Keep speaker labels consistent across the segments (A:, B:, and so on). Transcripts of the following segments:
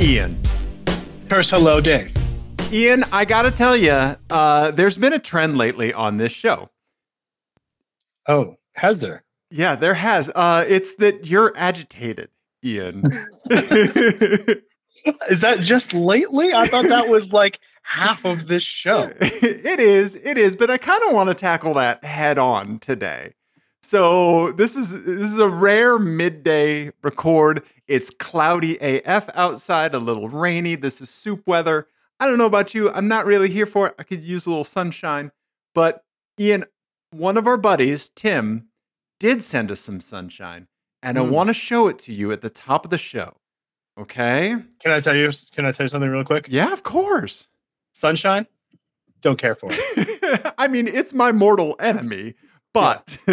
A: Ian.
B: Curse hello, Dave.
A: Ian, I gotta tell you, uh, there's been a trend lately on this show.
B: Oh, has there?
A: Yeah, there has. Uh, it's that you're agitated, Ian. it
B: Is that just lately? I thought that was like half of this show.
A: is, it is, but I kind of want to tackle that head on today. So this is this is a rare midday record. It's cloudy AF outside, a little rainy. This is soup weather. I don't know about you. I'm not really here for it. I could use a little sunshine. But Ian, one of our buddies, Tim, did send us some sunshine, and I
B: Hmm.
A: want to show it to you at the top of the show. Okay?
B: Can I tell you? Can I tell you something real quick?
A: Yeah, of course.
B: Sunshine, don't care for it.
A: I mean, it's my mortal enemy, but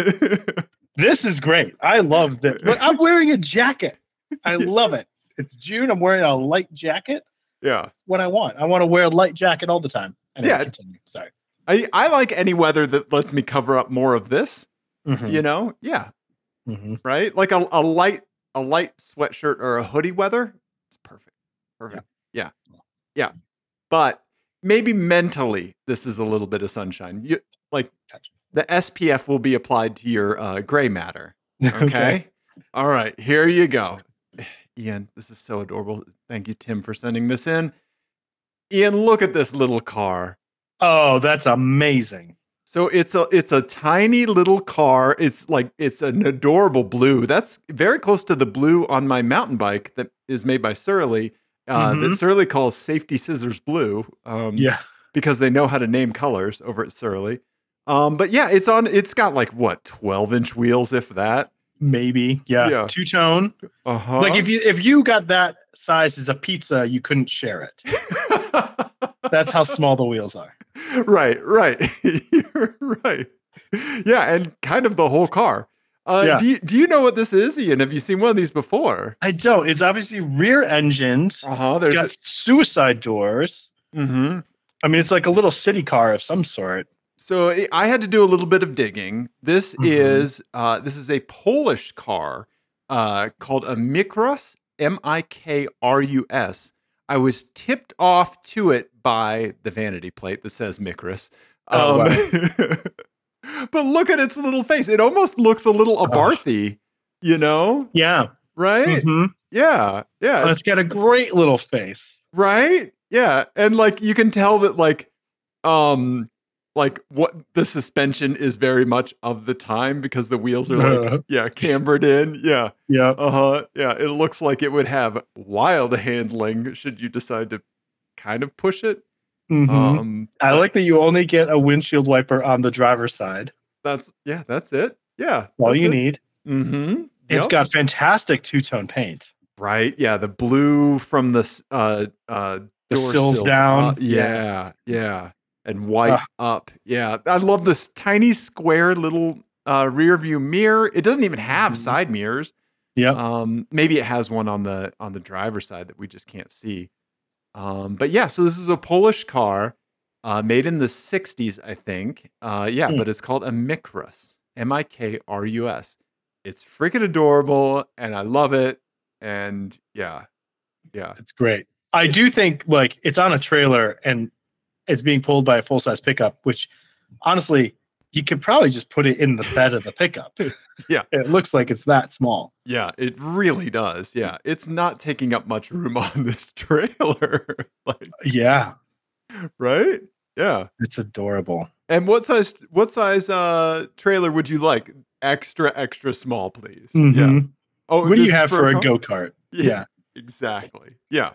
B: this is great. I love this. But I'm wearing a jacket. I love it. It's June. I'm wearing a light jacket.
A: yeah.
B: It's what I want. I want to wear a light jacket all the time. Anyway,
A: Yeah.
B: Continue. Sorry.
A: I, I like any weather that lets me cover up more of this,
B: Mhm,
A: you know? Yeah,
B: mhm.
A: right? Like a, a light a light sweatshirt or a hoodie weather, it's perfect. Perfect. Yeah. Yeah. But maybe mentally this is a little bit of sunshine. You like
B: Gotcha.
A: the SPF will be applied to your uh, gray matter. Okay. All right. Here you go. Ian, this is so adorable. Thank you, Tim, for sending this in. Ian, look at this little car.
B: Oh, that's amazing.
A: So it's a it's a tiny little car. It's like it's an adorable blue. That's very close to the blue on my mountain bike that is made by Surly. Uh, That
B: Mhm.
A: Surly calls Safety Scissors Blue. Um,
B: Yeah.
A: because they know how to name colors over at Surly. Um, but yeah, it's on. It's got like what twelve inch wheels, if that.
B: Maybe. Yeah.
A: Yeah.
B: Two tone.
A: Uh huh.
B: Like if you if you got that size as a pizza, you couldn't share it. That's how small the wheels are.
A: right, right. You're right. Yeah, and kind of the whole car. Uh,
B: Yeah.
A: do, you, do you know what this is, Ian? Have you seen one of these before?
B: I don't. It's obviously rear engined.
A: Uh huh.
B: It's got suicide doors.
A: mm-hmm.
B: I mean, it's like a little city car of some sort.
A: So eh, I- I had to do a little bit of digging. This
B: Mhm.
A: is uh, this is a Polish car uh, called a Mikrus, M I K R U S. I was tipped off to it by the vanity plate that says Mikrus.
B: Oh,
A: but look at its little face. It almost looks a little Abarthy, you know?
B: Yeah.
A: Right?
B: Mhm.
A: Yeah. Yeah.
B: And it's got a great little face.
A: right yeah and like you can tell that like um like what the suspension is very much of the time because the wheels are like yeah cambered in yeah
B: yeah.
A: uh-huh yeah it looks like it would have wild handling should you decide to kind of push it
B: Mhm.
A: um
B: I like that you only get a windshield wiper on the driver's side.
A: that's yeah that's it yeah
B: All you need.
A: mm-hmm
B: It's got fantastic two tone paint.
A: right yeah the blue from the s- uh uh
B: The sills down.
A: up. yeah, yeah, and white
B: Ah.
A: up. Yeah, I love this tiny square little uh, rear view mirror. It doesn't even have
B: Mhm.
A: side mirrors.
B: Yep.
A: Um, maybe it has one on the on the driver's side that we just can't see. Um, but yeah, so this is a Polish car uh, made in the '60s, I think. Uh, yeah,
B: Hmm.
A: but it's called a Mikrus, M-I-K-R-U-S. It's freaking adorable, and I love it. And yeah, yeah.
B: It's great. I do think like it's on a trailer and it's being pulled by a full size pickup, which honestly, you could probably just put it in the bed of the pickup.
A: Yeah.
B: It looks like it's that small.
A: Yeah, it really does. Yeah, it's not taking up much room on this trailer, like
B: Yeah.
A: right? Yeah.
B: It's adorable.
A: And what size? What size uh trailer would you like? Extra, extra small, please. Yeah.
B: Mhm.
A: Oh,
B: What do
A: this
B: you
A: is
B: have for a
A: car?
B: go kart? Yeah.
A: Exactly. Yeah.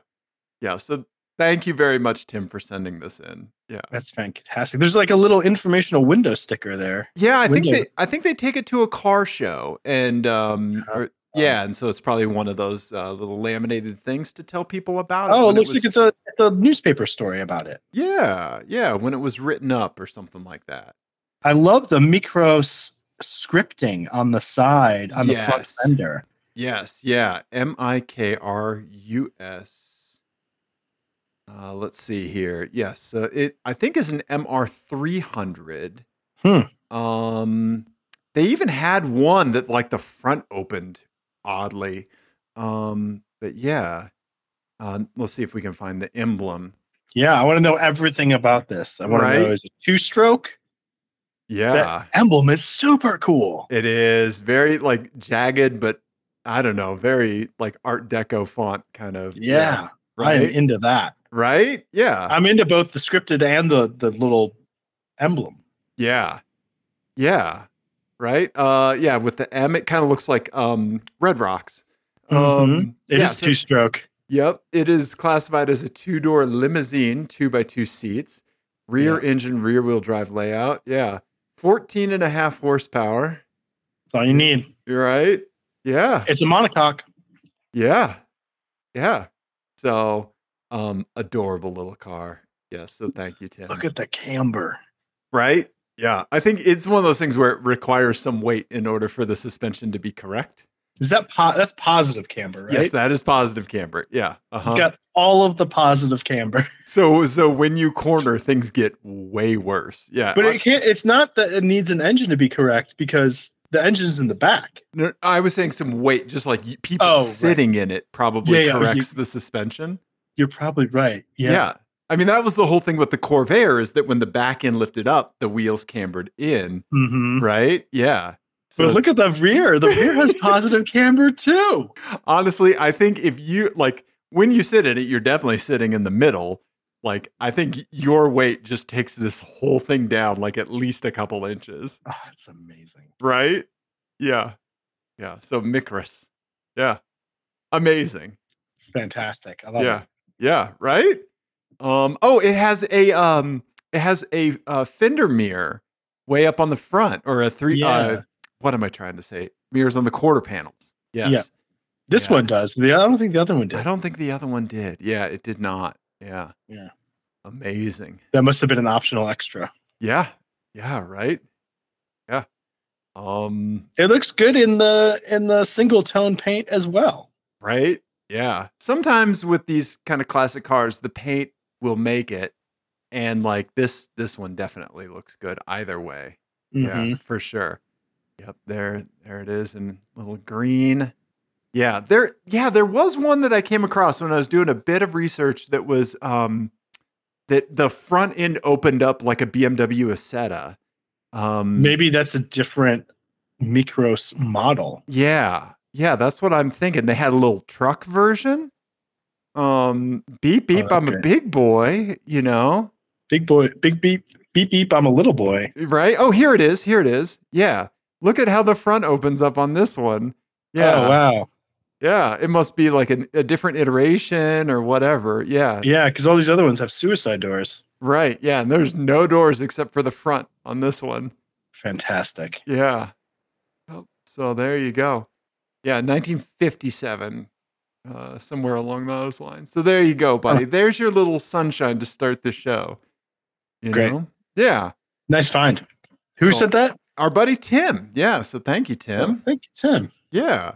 A: Yeah. So thank you very much, Tim, for sending this in. Yeah.
B: That's fantastic. There's like a little informational window sticker there.
A: Yeah, I think
B: Window.
A: they I think they take it to a car show and um
B: Uh-huh. Uh,
A: or- yeah, and so it's probably one of those uh, little laminated things to tell people about.
B: Oh,
A: when
B: it looks
A: was
B: like it's a, it's a newspaper story about it.
A: Yeah, yeah, when it was written up or something like that.
B: I love the micros scripting on the side on the front
A: Yes.
B: fender.
A: Yes, yeah, M I K R U S. Uh, let's see here. Yes, uh, it I think is an MR three hundred.
B: Hmm.
A: Um, they even had one that like the front opened oddly. Um, but yeah, Uh, let's see if we can find the emblem.
B: Yeah, I want to know everything about this. I want
A: Right?
B: to know is it two stroke?
A: Yeah,
B: Emblem is super cool.
A: it is very like jagged, but I don't know, very like Art Deco font kind of.
B: Yeah, I am
A: right,
B: into that.
A: right, yeah,
B: I'm into both the scripted and the the little emblem.
A: yeah, yeah, right, uh, yeah. With the M, it kind of looks like um Red Rocks. Um,
B: Mm-hmm. It is
A: yeah, so-
B: two stroke.
A: Yep. It is classified as a two door limousine, two by two seats, rear engine, rear wheel drive layout. Yeah. 14 and a half horsepower.
B: That's all you need.
A: You're right. Yeah.
B: It's a monocoque.
A: Yeah. Yeah. So, um, adorable little car. Yes. So thank you, Tim.
B: Look at the camber.
A: Right. Yeah. I think it's one of those things where it requires some weight in order for the suspension to be correct.
B: Is that po- that's positive camber, right?
A: Yes. That is positive camber. Yeah.
B: It's
A: Uh-huh.
B: got all of the positive camber,
A: So, so when you corner, things get way worse. Yeah.
B: but it can't. It's not that it needs an engine to be correct because the engine's in the back.
A: No, I was saying some weight, just like y- people
B: Oh, right.
A: sitting in it probably
B: Yeah, yeah,
A: corrects the suspension.
B: You're probably right.
A: Yeah.
B: Yeah,
A: I mean, that was the whole thing with the Corvair is that when the back end lifted up, the wheels cambered in,
B: Mhm.
A: right? Yeah. So
B: but look at the rear. The rear has positive camber too.
A: honestly, I think if you like when you sit in it, you're definitely sitting in the middle. Like, I think your weight just takes this whole thing down like at least a couple inches,
B: Oh, that's amazing.
A: right? Yeah. Yeah. So Micros. Yeah. Amazing.
B: Fantastic. I love
A: yeah.
B: it.
A: Yeah, right? Um oh, it has a um it has a uh, fender mirror way up on the front or a three
B: Yeah.
A: uh, what am I trying to say? Mirrors on the quarter panels. Yes.
B: This
A: Yeah.
B: one does. The, I don't think the other one did.
A: I don't think the other one did. Yeah, it did not. Yeah.
B: Yeah.
A: Amazing.
B: That must have been an optional extra.
A: Yeah. Yeah, right? Yeah. Um
B: It looks good in the in the single tone paint as well.
A: right? Yeah. Sometimes with these kind of classic cars, the paint will make it and like this this one definitely looks good either way.
B: Mhm.
A: Yeah, Mm. for sure. Yep, there, there it is in little green. Yeah, there, yeah, there was one that I came across when I was doing a bit of research that was um that the front end opened up like a BMW Aceta. Um
B: Maybe that's a different Micros model.
A: yeah, yeah, that's what I'm thinking. They had a little truck version. Um beep beep,
B: Oh, that's
A: I'm a
B: great.
A: big boy, you know.
B: Big boy, big beep, beep beep. I'm a little boy.
A: Right? Oh, here it is. Here it is. Yeah. Look at how the front opens up on this one. Yeah.
B: Oh, wow.
A: Yeah, it must be like an, a different iteration or whatever. Yeah,
B: Yeah, because all these other ones have suicide doors.
A: right. Yeah, and there's no doors except for the front on this one.
B: Fantastic.
A: Yeah. Oh, So there you go. Yeah, 1957, uh, somewhere along those lines. So there you go, buddy. There's your little sunshine to start the show. You
B: Great.
A: know? Yeah.
B: Nice find. Who
A: Cool.
B: said that?
A: Our buddy Tim. Yeah. So thank you, Tim.
B: Oh, thank you, Tim.
A: Yeah.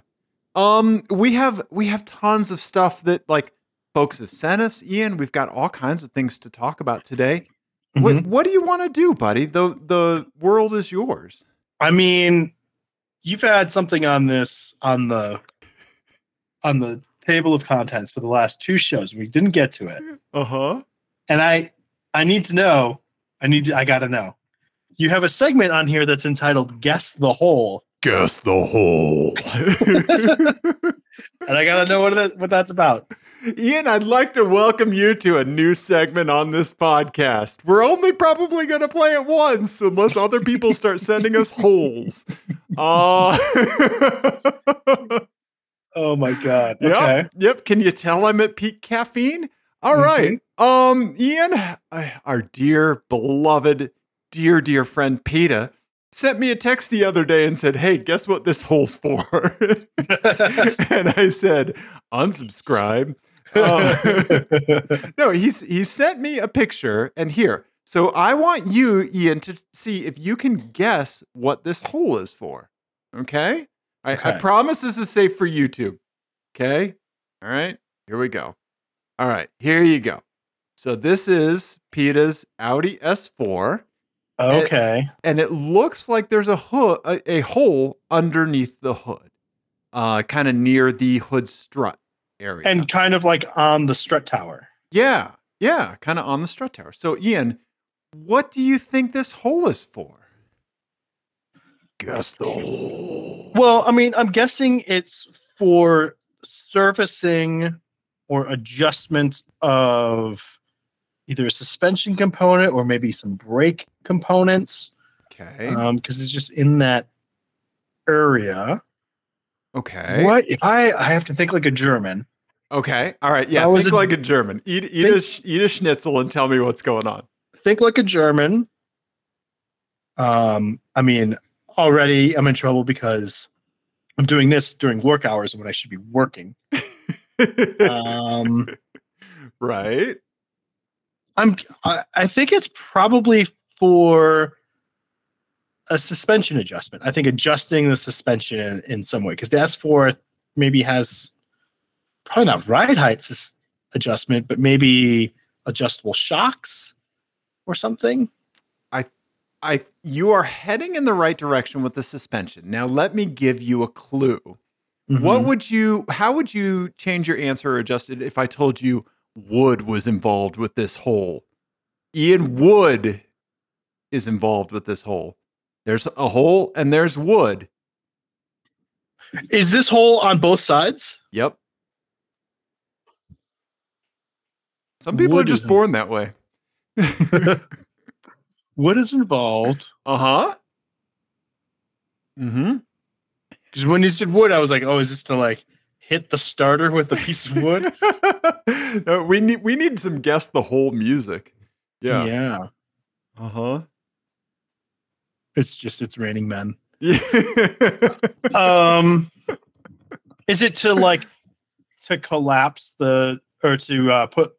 A: Um, we have we have tons of stuff that like folks have sent us, Ian. We've got all kinds of things to talk about today.
B: Mhm.
A: What what do you want to do, buddy? The the world is yours.
B: I mean, you've had something on this on the on the table of contents for the last two shows. We didn't get to it,
A: Uh-huh.
B: and I I need to know. I need to. I gotta know. You have a segment on here that's entitled "Guess the Hole,"
A: Guess the whole.
B: and I gotta know what that what that's about.
A: Ian, I'd like to welcome you to a new segment on this podcast. We're only probably going to play it once unless other people start sending us holes. Uh,
B: Oh my god.
A: Yep.
B: Okay.
A: Yep. Can you tell I'm at peak caffeine? All right. Um, Ian, uh, our dear, beloved, dear, dear friend PETA sent me a text the other day and said, Hey, guess what this hole's for? and I said, Unsubscribe. Um, no, he's, he sent me a picture. And here, so I want you, Ian, to see if you can guess what this hole is for. Okay. I, I
B: Okay.
A: promise this is safe for YouTube. Okay. All right. Here we go. All right. Here you go. So this is PETA's Audi S4,
B: okay.
A: and it looks like there's a hood, a, a hole underneath the hood, uh, kind of near the hood strut. area.
B: and kind of like on the strut tower.
A: yeah, yeah, kind of on the strut tower. So, Ian, what do you think this hole is for? Guess the hole.
B: Well, I mean, I'm guessing it's for servicing or adjustment of either a suspension component or maybe some brake components
A: Okay.
B: because it's just in that area.
A: okay.
B: What if I I have to think like a German?
A: Okay. All right. Yeah.
B: That was
A: Think
B: a-
A: like a German. Eat, eat, a,
B: Think-
A: sh- eat a schnitzel and tell me what's going on.
B: Think like a German. Um, I mean, already I'm in trouble because I'm doing this during work hours when I should be working. Um,
A: right.
B: I'm I, I think it's probably for a suspension adjustment. I think adjusting the suspension in, in some way because that's for maybe has probably not ride height sus- adjustment, but maybe adjustable shocks or something.
A: I you are heading in the right direction with the suspension. Now let me give you a clue.
B: Mm-hmm.
A: What would you how would you change your answer or adjust it if I told you wood was involved with this hole? Ian Wood is involved with this hole. There's a hole and there's wood.
B: is this hole on both sides?
A: Yep. Some people
B: Wood
A: are
B: is
A: just
B: in-
A: born that way.
B: What is involved?
A: uh-huh. Mm-hmm.
B: Because when you said wood, I was like, oh, is this to like hit the starter with a piece of wood?
A: No, we need we need some guess the whole music. Yeah.
B: yeah.
A: Uh huh.
B: It's just it's raining men.
A: Yeah.
B: um is it to like to collapse the or to uh put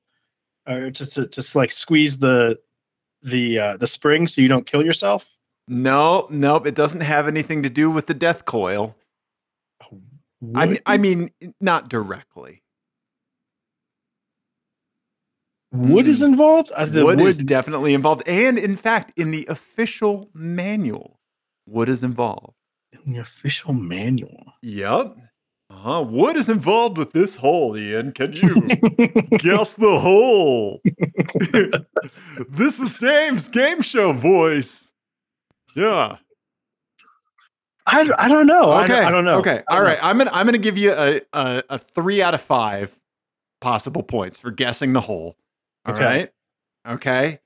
B: or to to just like squeeze the the uh the spring so you don't kill yourself
A: nope, nope. It doesn't have anything to do with the death coil. I mean, I mean, not directly.
B: wood is involved Uh, the
A: hmm. wood,
B: wood,
A: is definitely involved, and in fact, in the official manual, wood is involved.
B: in the official manual
A: Yep. Uh-huh. Wood is involved with this hole, Ian. Can you guess the hole? this is Dave's game show voice. Yeah.
B: I, I don't know I,
A: okay.
B: don't- I don't know
A: Okay.
B: I
A: All
B: don't
A: right. I'm gonna I'm gonna give you a, a a three out of five possible points for guessing the hole. All
B: Okay.
A: right. Okay.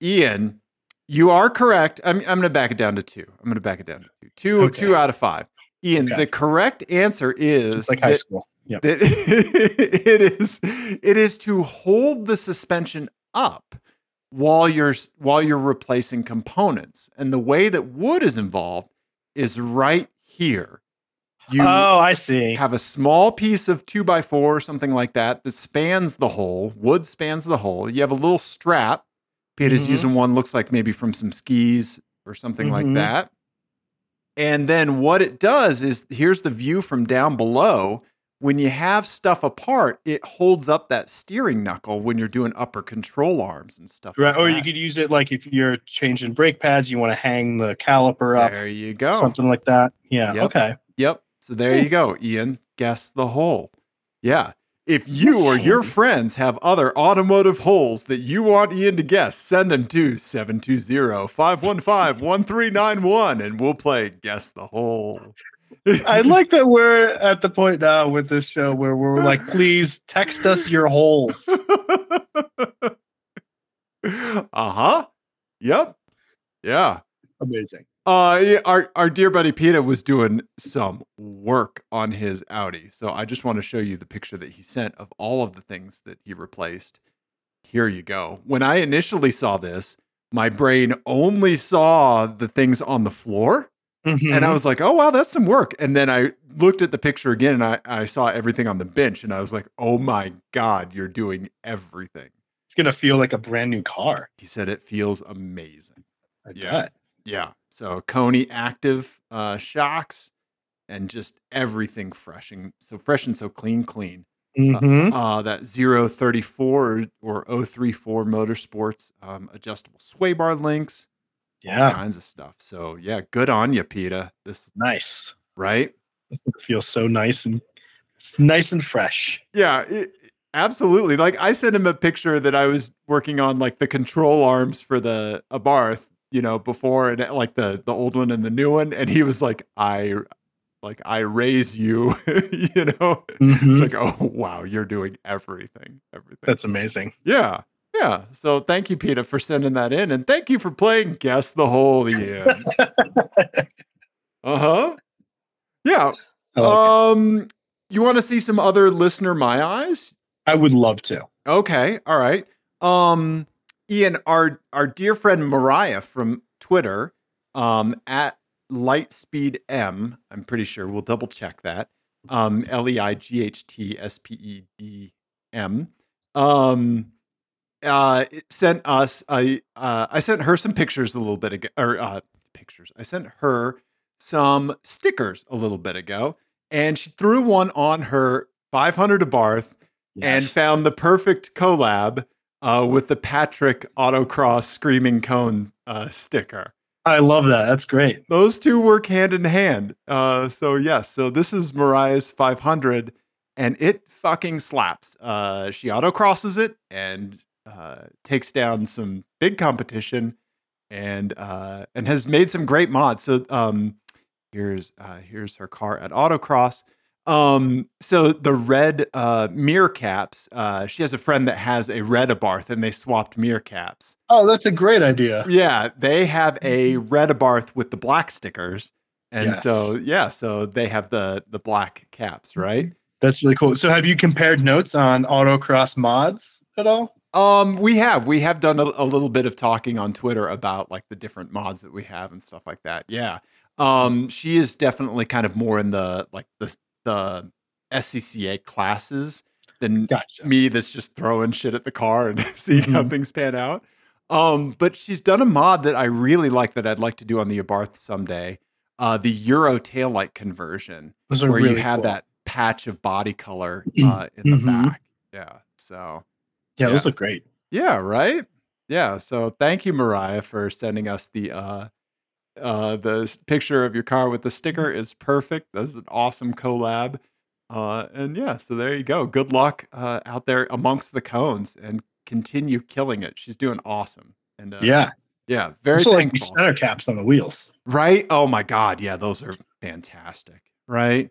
A: Ian, you are correct. I'm I'm gonna back it down to two. I'm gonna back it down to two. Two
B: Okay.
A: two out of five. Ian,
B: Okay.
A: the correct answer
B: know.
A: is
B: it's like high
A: that-
B: school yeah
A: that it is it is to hold the suspension up while you're while you're replacing components and the way that wood is involved is right here you
B: oh I see
A: have a small piece of 2x4 or something like that that spans the hole wood spans the hole you have a little strap peter's
B: Mhm.
A: using one looks like maybe from some skis or something like
B: Mhm.
A: that and then what it does is here's the view from down below when you have stuff apart it holds up that steering knuckle when you're doing upper control arms and stuff
B: right
A: like
B: or
A: that.
B: you could use it like if you're changing brake pads you want to hang the caliper up
A: there you go
B: something like that yeah
A: Yep.
B: okay
A: Yep. So there you go, Ian. Guess the hole. Yeah. If you
B: That's
A: or your
B: handy.
A: friends have other automotive holes that you want Ian to guess, send them to 720-515-1391 and we'll play Guess the Hole.
B: I like that we're at the point now with this show where we're like, please text us your holes.
A: uh-huh. Yep. Yeah.
B: Amazing.
A: Uh, yeah, our our dear buddy Peta was doing some work on his Audi, so I just want to show you the picture that he sent of all of the things that he replaced. Here you go. When I initially saw this, my brain only saw the things on the floor,
B: Mm-hmm.
A: and I was like, "Oh wow, that's some work." And then I looked at the picture again, and I I saw everything on the bench, and I was like, "Oh my god, you're doing everything."
B: it's gonna feel like a brand new car.
A: He said it feels amazing.
B: I
A: Yeah. Uh,
B: bet.
A: Yeah. So Coney active uh, shocks and just everything fresh and so fresh and so clean, clean.
B: Mhm.
A: Uh, that 034 or, or 034 motorsports um, adjustable sway bar links, all
B: yeah.
A: kinds of stuff. So yeah, good on you, PETA. This
B: Nice.
A: right?
B: It feels so nice and It's nice and fresh.
A: Yeah, it, absolutely. Like I sent him a picture that I was working on, like the control arms for the Abarth, you know, before and eh, like the the old one and the new one, and he was like, I. Like I raise you, you know.
B: Mhm.
A: It's like, oh wow, you're doing everything, everything.
B: That's amazing.
A: yeah, yeah. So thank you, Peter, for sending that in, and thank you for playing Guess the Holy End. uh huh. Yeah,
B: I, like it.
A: um, you want to see some other listener my eyes?
B: I would love to.
A: Okay, all right. Um, Ian, our our dear friend Mariah from Twitter, um, at Lightspeed M, I'm pretty sure we'll double check that. Um, L e i g h t s p e d m. Um, uh, it sent us. I uh, I sent her some pictures a little bit ago, or uh, pictures. I sent her some stickers a little bit ago, and she threw one on her 500 to Barth and found the perfect collab uh, with the Patrick Autocross Screaming Cone uh, sticker.
B: I love that. That's great.
A: Those two work hand in hand. Uh, so, yes, so this is Mariah's 500, and it fucking slaps. Uh, she autocrosses it and uh, takes down some big competition and uh, and has made some great mods. So um, here's uh, here's her car at autocross. Um, so the red uh, mirror caps. Uh, she has a friend that has a red Abarth, and they swapped mirror caps.
B: Oh, that's a great idea.
A: Yeah, they have a red Abarth with the black stickers, and
B: Yes.
A: so yeah, so they have the the black caps, right?
B: That's really cool. So, have you compared notes on autocross mods at all?
A: Um, we have we have done a, a little bit of talking on Twitter about like the different mods that we have and stuff like that. Yeah. Um, she is definitely kind of more in the like the the SCCA classes than
B: Gotcha.
A: me that's just throwing shit at the car and seeing how
B: Mhm.
A: things pan out. Um, but she's done a mod that I really like that I'd like to do on the Abarth someday. Uh, the Euro taillight conversion,
B: Those are
A: where
B: really
A: you have
B: cool.
A: that patch of body color uh, in the
B: Mhm.
A: back. Yeah. So.
B: Yeah, those
A: yeah.
B: look great.
A: Yeah, right? Yeah, so thank you Mariah for sending us the uh uh the s- picture of your car with the
B: Mm-hmm.
A: sticker is perfect. That's an awesome collab. Uh and yeah, so there you go. Good luck uh out there amongst the cones and continue killing it. She's doing awesome. And uh,
B: yeah.
A: yeah, very
B: Also, like these
A: thankful.
B: center caps on the wheels.
A: right? Oh my god, yeah, those are fantastic. Right?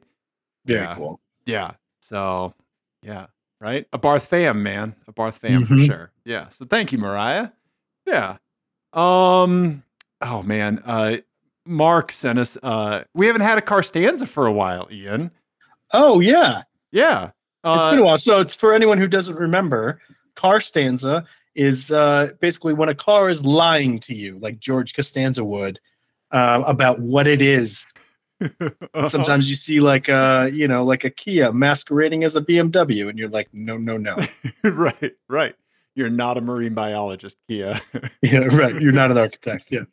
B: Very
A: Yeah.
B: cool.
A: Yeah. So, yeah. Right. A Barth fam, man. A Barth fam for
B: Mhm.
A: sure. Yeah. So thank you, Mariah. Yeah. Um. Oh man. Uh. Mark sent us. Uh. We haven't had a car stanza for a while, Ian.
B: Oh, yeah.
A: Yeah.
B: It's
A: Uh,
B: been a while. So it's for anyone who doesn't remember, car stanza is uh, basically when a car is lying to you, like George Costanza would, uh, about what it is.
A: uh-huh.
B: Sometimes you see like a, you know, like a Kia masquerading as a BMW, and you're like, no, no, no.
A: right. Right. You're not a marine biologist, Kia.
B: yeah, right. You're not an architect. Yeah.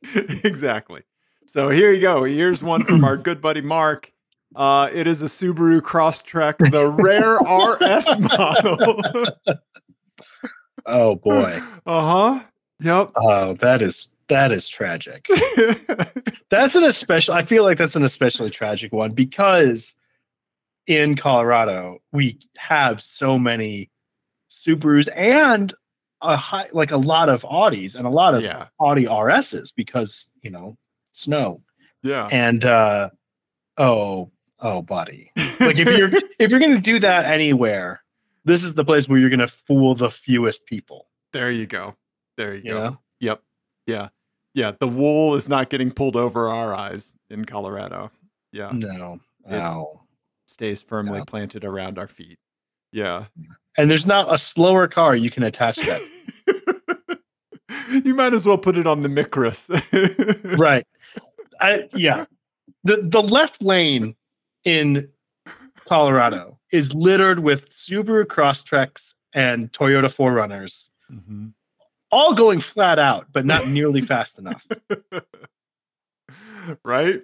A: exactly. So here you go. Here's one from our good buddy Mark. Uh, it is a Subaru Crosstrek, the rare RS model.
B: Oh boy.
A: Uh huh. Yep.
B: Oh, that is that is tragic. That's an especially. I feel like that's an especially tragic one because in Colorado we have so many Subarus and a high, like a lot of Audis and a lot of
A: yeah.
B: Audi RSs because you know snow
A: Yeah.
B: and uh, oh oh buddy, like if you're if you're gonna do that anywhere, this is the place where you're gonna fool the fewest people.
A: there you go. There you
B: You
A: go.
B: know,
A: Yep. Yeah. Yeah. The wool is not getting pulled over our eyes in Colorado. Yeah.
B: no,
A: Yeah.
B: no.
A: Stays firmly
B: Mm. Yeah.
A: planted around our feet. Yeah.
B: and there's not a slower car you can attach to that.
A: you might as well put it on the Micros.
B: right. I yeah. The the left lane in Colorado is littered with Subaru Crosstreks and Toyota 4Runners, Mm-hmm.
A: Mhm.
B: all going flat out, but not nearly fast enough.
A: Right?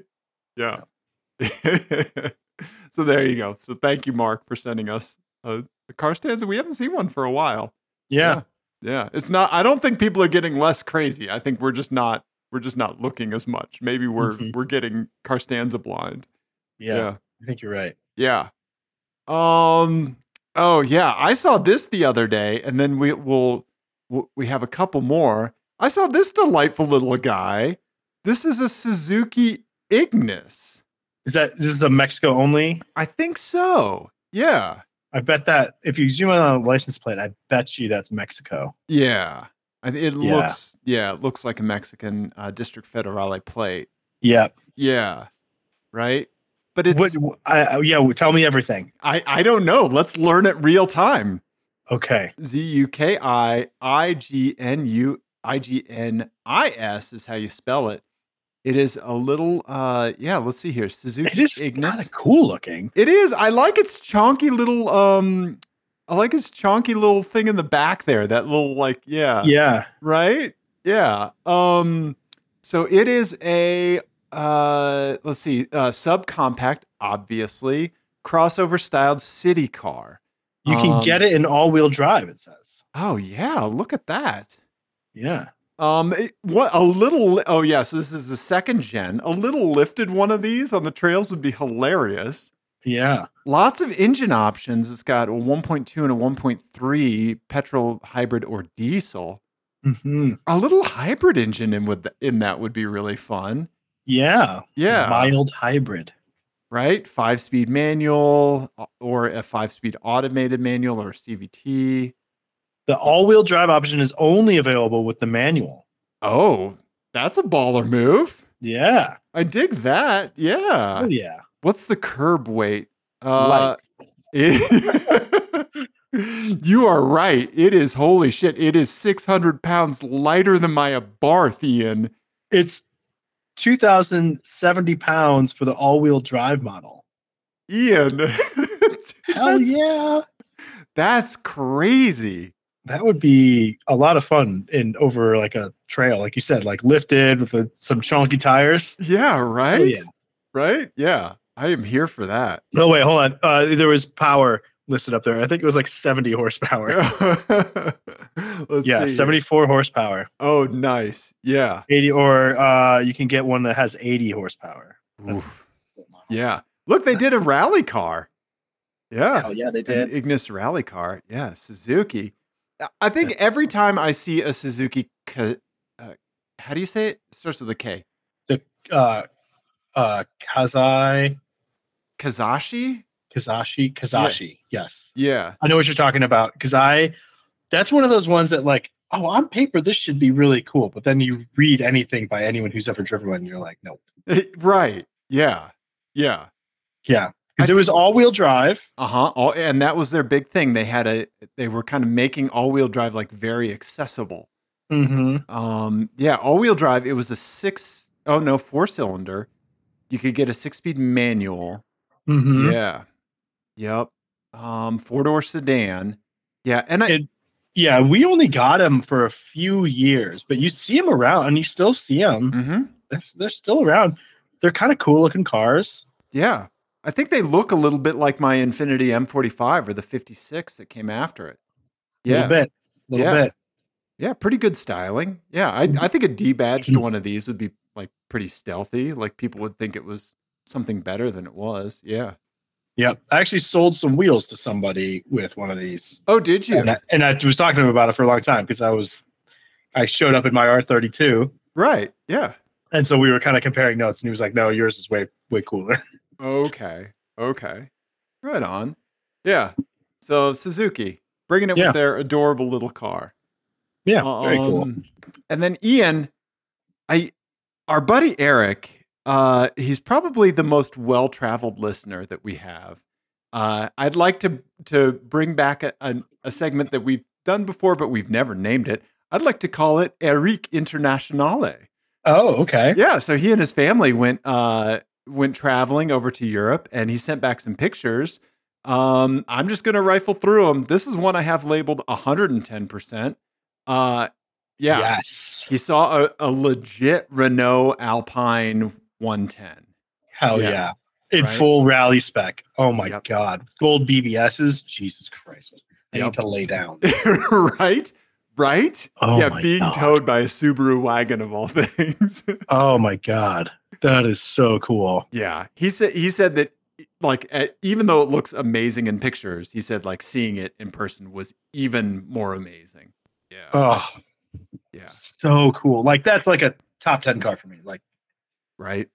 A: Yeah. so there you go. So thank you, Mark, for sending us uh, the car stanza. We haven't seen one for a while.
B: Yeah.
A: Yeah, it's not. I don't think people are getting less crazy. I think we're just not. We're just not looking as much. Maybe we're
B: Mhm.
A: we're getting Carstanza blind.
B: Yeah.
A: yeah,
B: I think you're right.
A: yeah. Um. Oh yeah, I saw this the other day, and then we will we have a couple more. I saw this delightful little guy. This is a Suzuki Ignis.
B: Is that this is a Mexico only?
A: I think so. Yeah.
B: I bet that if you zoom in on a license plate, I bet you that's Mexico.
A: Yeah. I th- It looks yeah, it looks like a Mexican uh, District Federale plate.
B: Yeah.
A: Yeah. Right? But it's
B: What? I, I- yeah. well, Tell me everything.
A: I I don't know. Let's learn it real time.
B: Okay.
A: Z U K I I G N U I G N I S is how you spell it. It is a little uh yeah, let's see here.
B: It
A: Suzuki
B: is
A: Ignis.
B: kind of cool looking.
A: It is. I like its chonky little um I like its chonky little thing in the back there. That little like yeah.
B: Yeah.
A: Right? Yeah. Um so it is a uh let's see, uh subcompact, obviously, crossover styled city car.
B: You can
A: Um,
B: get it in all wheel drive. It says.
A: Oh yeah, look at that.
B: Yeah.
A: Um it- what a little li- oh yeah, so this is the second gen. A little lifted one of these on the trails would be hilarious.
B: Yeah.
A: Lots of engine options. It's got a 1.2 and a 1.3 petrol, hybrid, or diesel.
B: hmm
A: A little hybrid engine in with in that would be really fun.
B: Yeah.
A: Yeah,
B: Mild hybrid.
A: right. Five speed manual uh, or a five speed automated manual or CVT.
B: The all wheel drive option is only available with the manual.
A: Oh, that's a baller move.
B: Yeah.
A: I dig that.
B: Oh,
A: Yeah.
B: yeah.
A: What's the curb weight? Uh,
B: Light.
A: you are right. It is holy shit. It is 600 pounds lighter than my Abarth, Ian.
B: It's 2,070 pounds for the all wheel drive model.
A: Ian.
B: Hell
A: that's,
B: yeah.
A: that's crazy.
B: That would be a lot of fun in over like a trail, like you said, like lifted with a, some chunky tires.
A: Yeah, right?
B: yeah.
A: Right? Yeah. I am here for that.
B: No, wait, hold on. Uh, there was power listed up there. I think it was like 70 horsepower.
A: Let's
B: yeah,
A: see.
B: 74 horsepower.
A: Oh, nice. Yeah.
B: 80, or uh, you can get one that has 80 horsepower. That's-
A: Oof. Yeah. Look, they did a
B: Nice.
A: rally car. Yeah.
B: Oh, yeah, they
A: an
B: did.
A: Ignis rally car. Yeah, Suzuki. I- I think every time I see a Suzuki, Ka- uh, how do you say it? Starts with a K.
B: Uh, uh, Kazai,
A: Kazashi.
B: Kazashi, Kazashi. Yes.
A: Yeah.
B: I know what you're talking about because I that's one of those ones that like oh on paper this should be really cool but then you read anything by anyone who's ever driven one and you're like nope
A: right. Yeah. Yeah.
B: yeah
A: I
B: because it was all wheel drive
A: Uh huh. All, and that was their big thing. They had a. They were kind of making all-wheel drive like very accessible.
B: mm-hmm.
A: Um. Yeah. All-wheel drive. It was a six oh no, four-cylinder. You could get a six-speed manual.
B: Mm-hmm. Yeah.
A: Yeah. Yep. Um, four door sedan. Yeah. And I,
B: It- we only got them for a few years but you see them around and you still see them
A: Mhm.
B: they're still around they're kind of cool looking cars
A: yeah, I think they look a little bit like my Infinity M45 or the 56 that came after it.
B: a little
A: Yeah.
B: bit a little
A: Yeah.
B: bit
A: Yeah. Pretty good styling. Yeah. I, I think a debadged one of these would be like pretty stealthy. Like people would think it was something better than it was. Yeah.
B: yeah i actually sold some wheels to somebody with one of these
A: Oh, did you?
B: And I, and I was talking to him about it for a long time because I was, I showed up in my R32,
A: right. Yeah.
B: and so we were kind of comparing notes, and he was like, "No, yours is way way cooler."
A: Okay. Okay. Right on. Yeah. So Suzuki bringing it
B: Yeah.
A: with their adorable little car.
B: yeah, very cool.
A: Um, And then Ian, I our buddy Eric, uh, he's probably the most well-traveled listener that we have. Uh, I'd like to to bring back a, a, a segment that we've done before, but we've never named it. I'd like to call it Eric Internationale.
B: Oh, okay.
A: Yeah, so he and his family went uh went traveling over to Europe and he sent back some pictures. Um I'm just going to rifle through them. This is one I have labeled 110%. Uh yeah.
B: Yes.
A: He saw a, a legit Renault Alpine 110.
B: Hell
A: Yeah.
B: yeah. In
A: Right.
B: full rally spec. Oh my
A: Yep.
B: god. Gold BBSs. Jesus Christ. I
A: Yep.
B: need to lay down.
A: right? Right?
B: Oh
A: yeah,
B: my
A: being
B: god.
A: towed by a Subaru wagon of all things.
B: Oh my god. That is so cool.
A: Yeah, he said he said that like at, even though it looks amazing in pictures, he said like seeing it in person was even more amazing. Yeah.
B: Oh,
A: Ah, yeah.
B: so cool. Like that's like a top 10 car for me. Like
A: Right?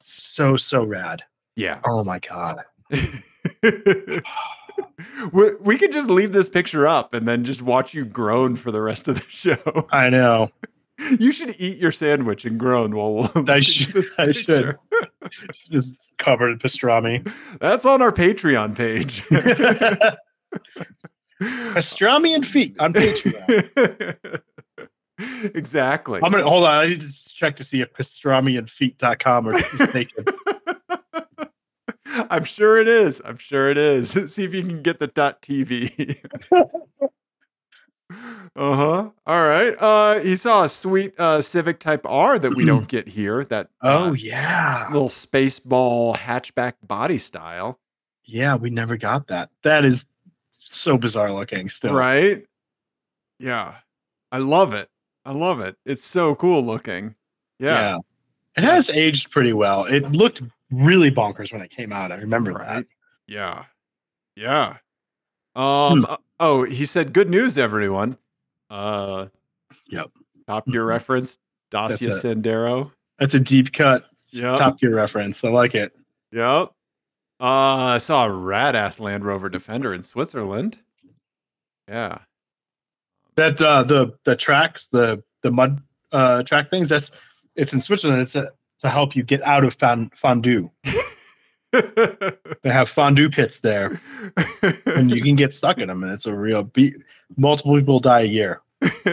B: so so rad.
A: Yeah.
B: Oh my god.
A: we, we could just leave this picture up and then just watch you groan for the rest of the show.
B: I know.
A: You should eat your sandwich and groan while we'll look at
B: should-
A: this
B: I should.
A: picture.
B: Just covered in pastrami.
A: That's on our Patreon page.
B: pastrami and feet on Patreon.
A: exactly.
B: I'm gonna hold on. I need to just check to see if pastrami and feet.com are mistaken.
A: I'm sure it is. I'm sure it is. See if you can get the dot TV. uh-huh. All right. Uh he saw a sweet uh Civic Type R that we don't get here. That
B: oh
A: uh,
B: yeah.
A: little space ball hatchback body style.
B: Yeah, we never got that. That is so bizarre looking still.
A: Right? Yeah. I love it. I love it. It's so cool looking. Yeah.
B: It has aged pretty well. It looked really bonkers when it came out. I remember
A: Right. Yeah. Yeah.
B: Hmm.
A: Um uh, oh, he said good news everyone. Uh
B: Yep. Mm-hmm.
A: Top Gear reference, Dacia
B: That's
A: Sandero.
B: that. That's a deep cut It's
A: Yep.
B: Top Gear reference. I like it.
A: Yep. Uh I saw a rad ass Land Rover Defender in Switzerland. Yeah.
B: That uh, the the tracks, the the mud uh, track things. That's it's in Switzerland. It's a, to help you get out of fond- fondue. They have fondue pits there, and you can get stuck in them. And it's a real beat. Multiple people die a year.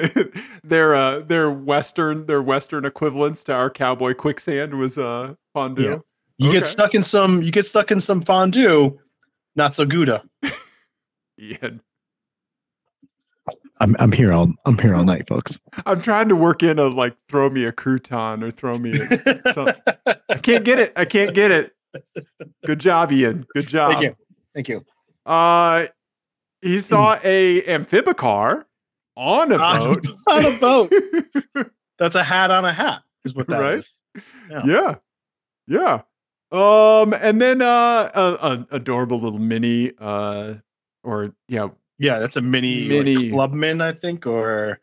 A: their uh their western their western equivalents to our cowboy quicksand was uh fondue.
B: You
A: Okay.
B: get stuck in some. You get stuck in some fondue. Not so gouda.
A: Yeah.
C: I'm I'm here all I'm here all night, folks.
A: I'm trying to work in a like throw me a crouton or throw me a So- I can't get it. I can't get it. Good job, Ian. Good job.
B: Thank you. Thank you.
A: Uh he saw a amphibicar on a
B: On-
A: boat.
B: on a boat. That's a hat on a hat, is what that is.
A: Right? yeah. Yeah. Um and then uh a, a adorable little mini uh or yeah,
B: Yeah, that's a mini,
A: Mini.
B: Like, clubman, I think, or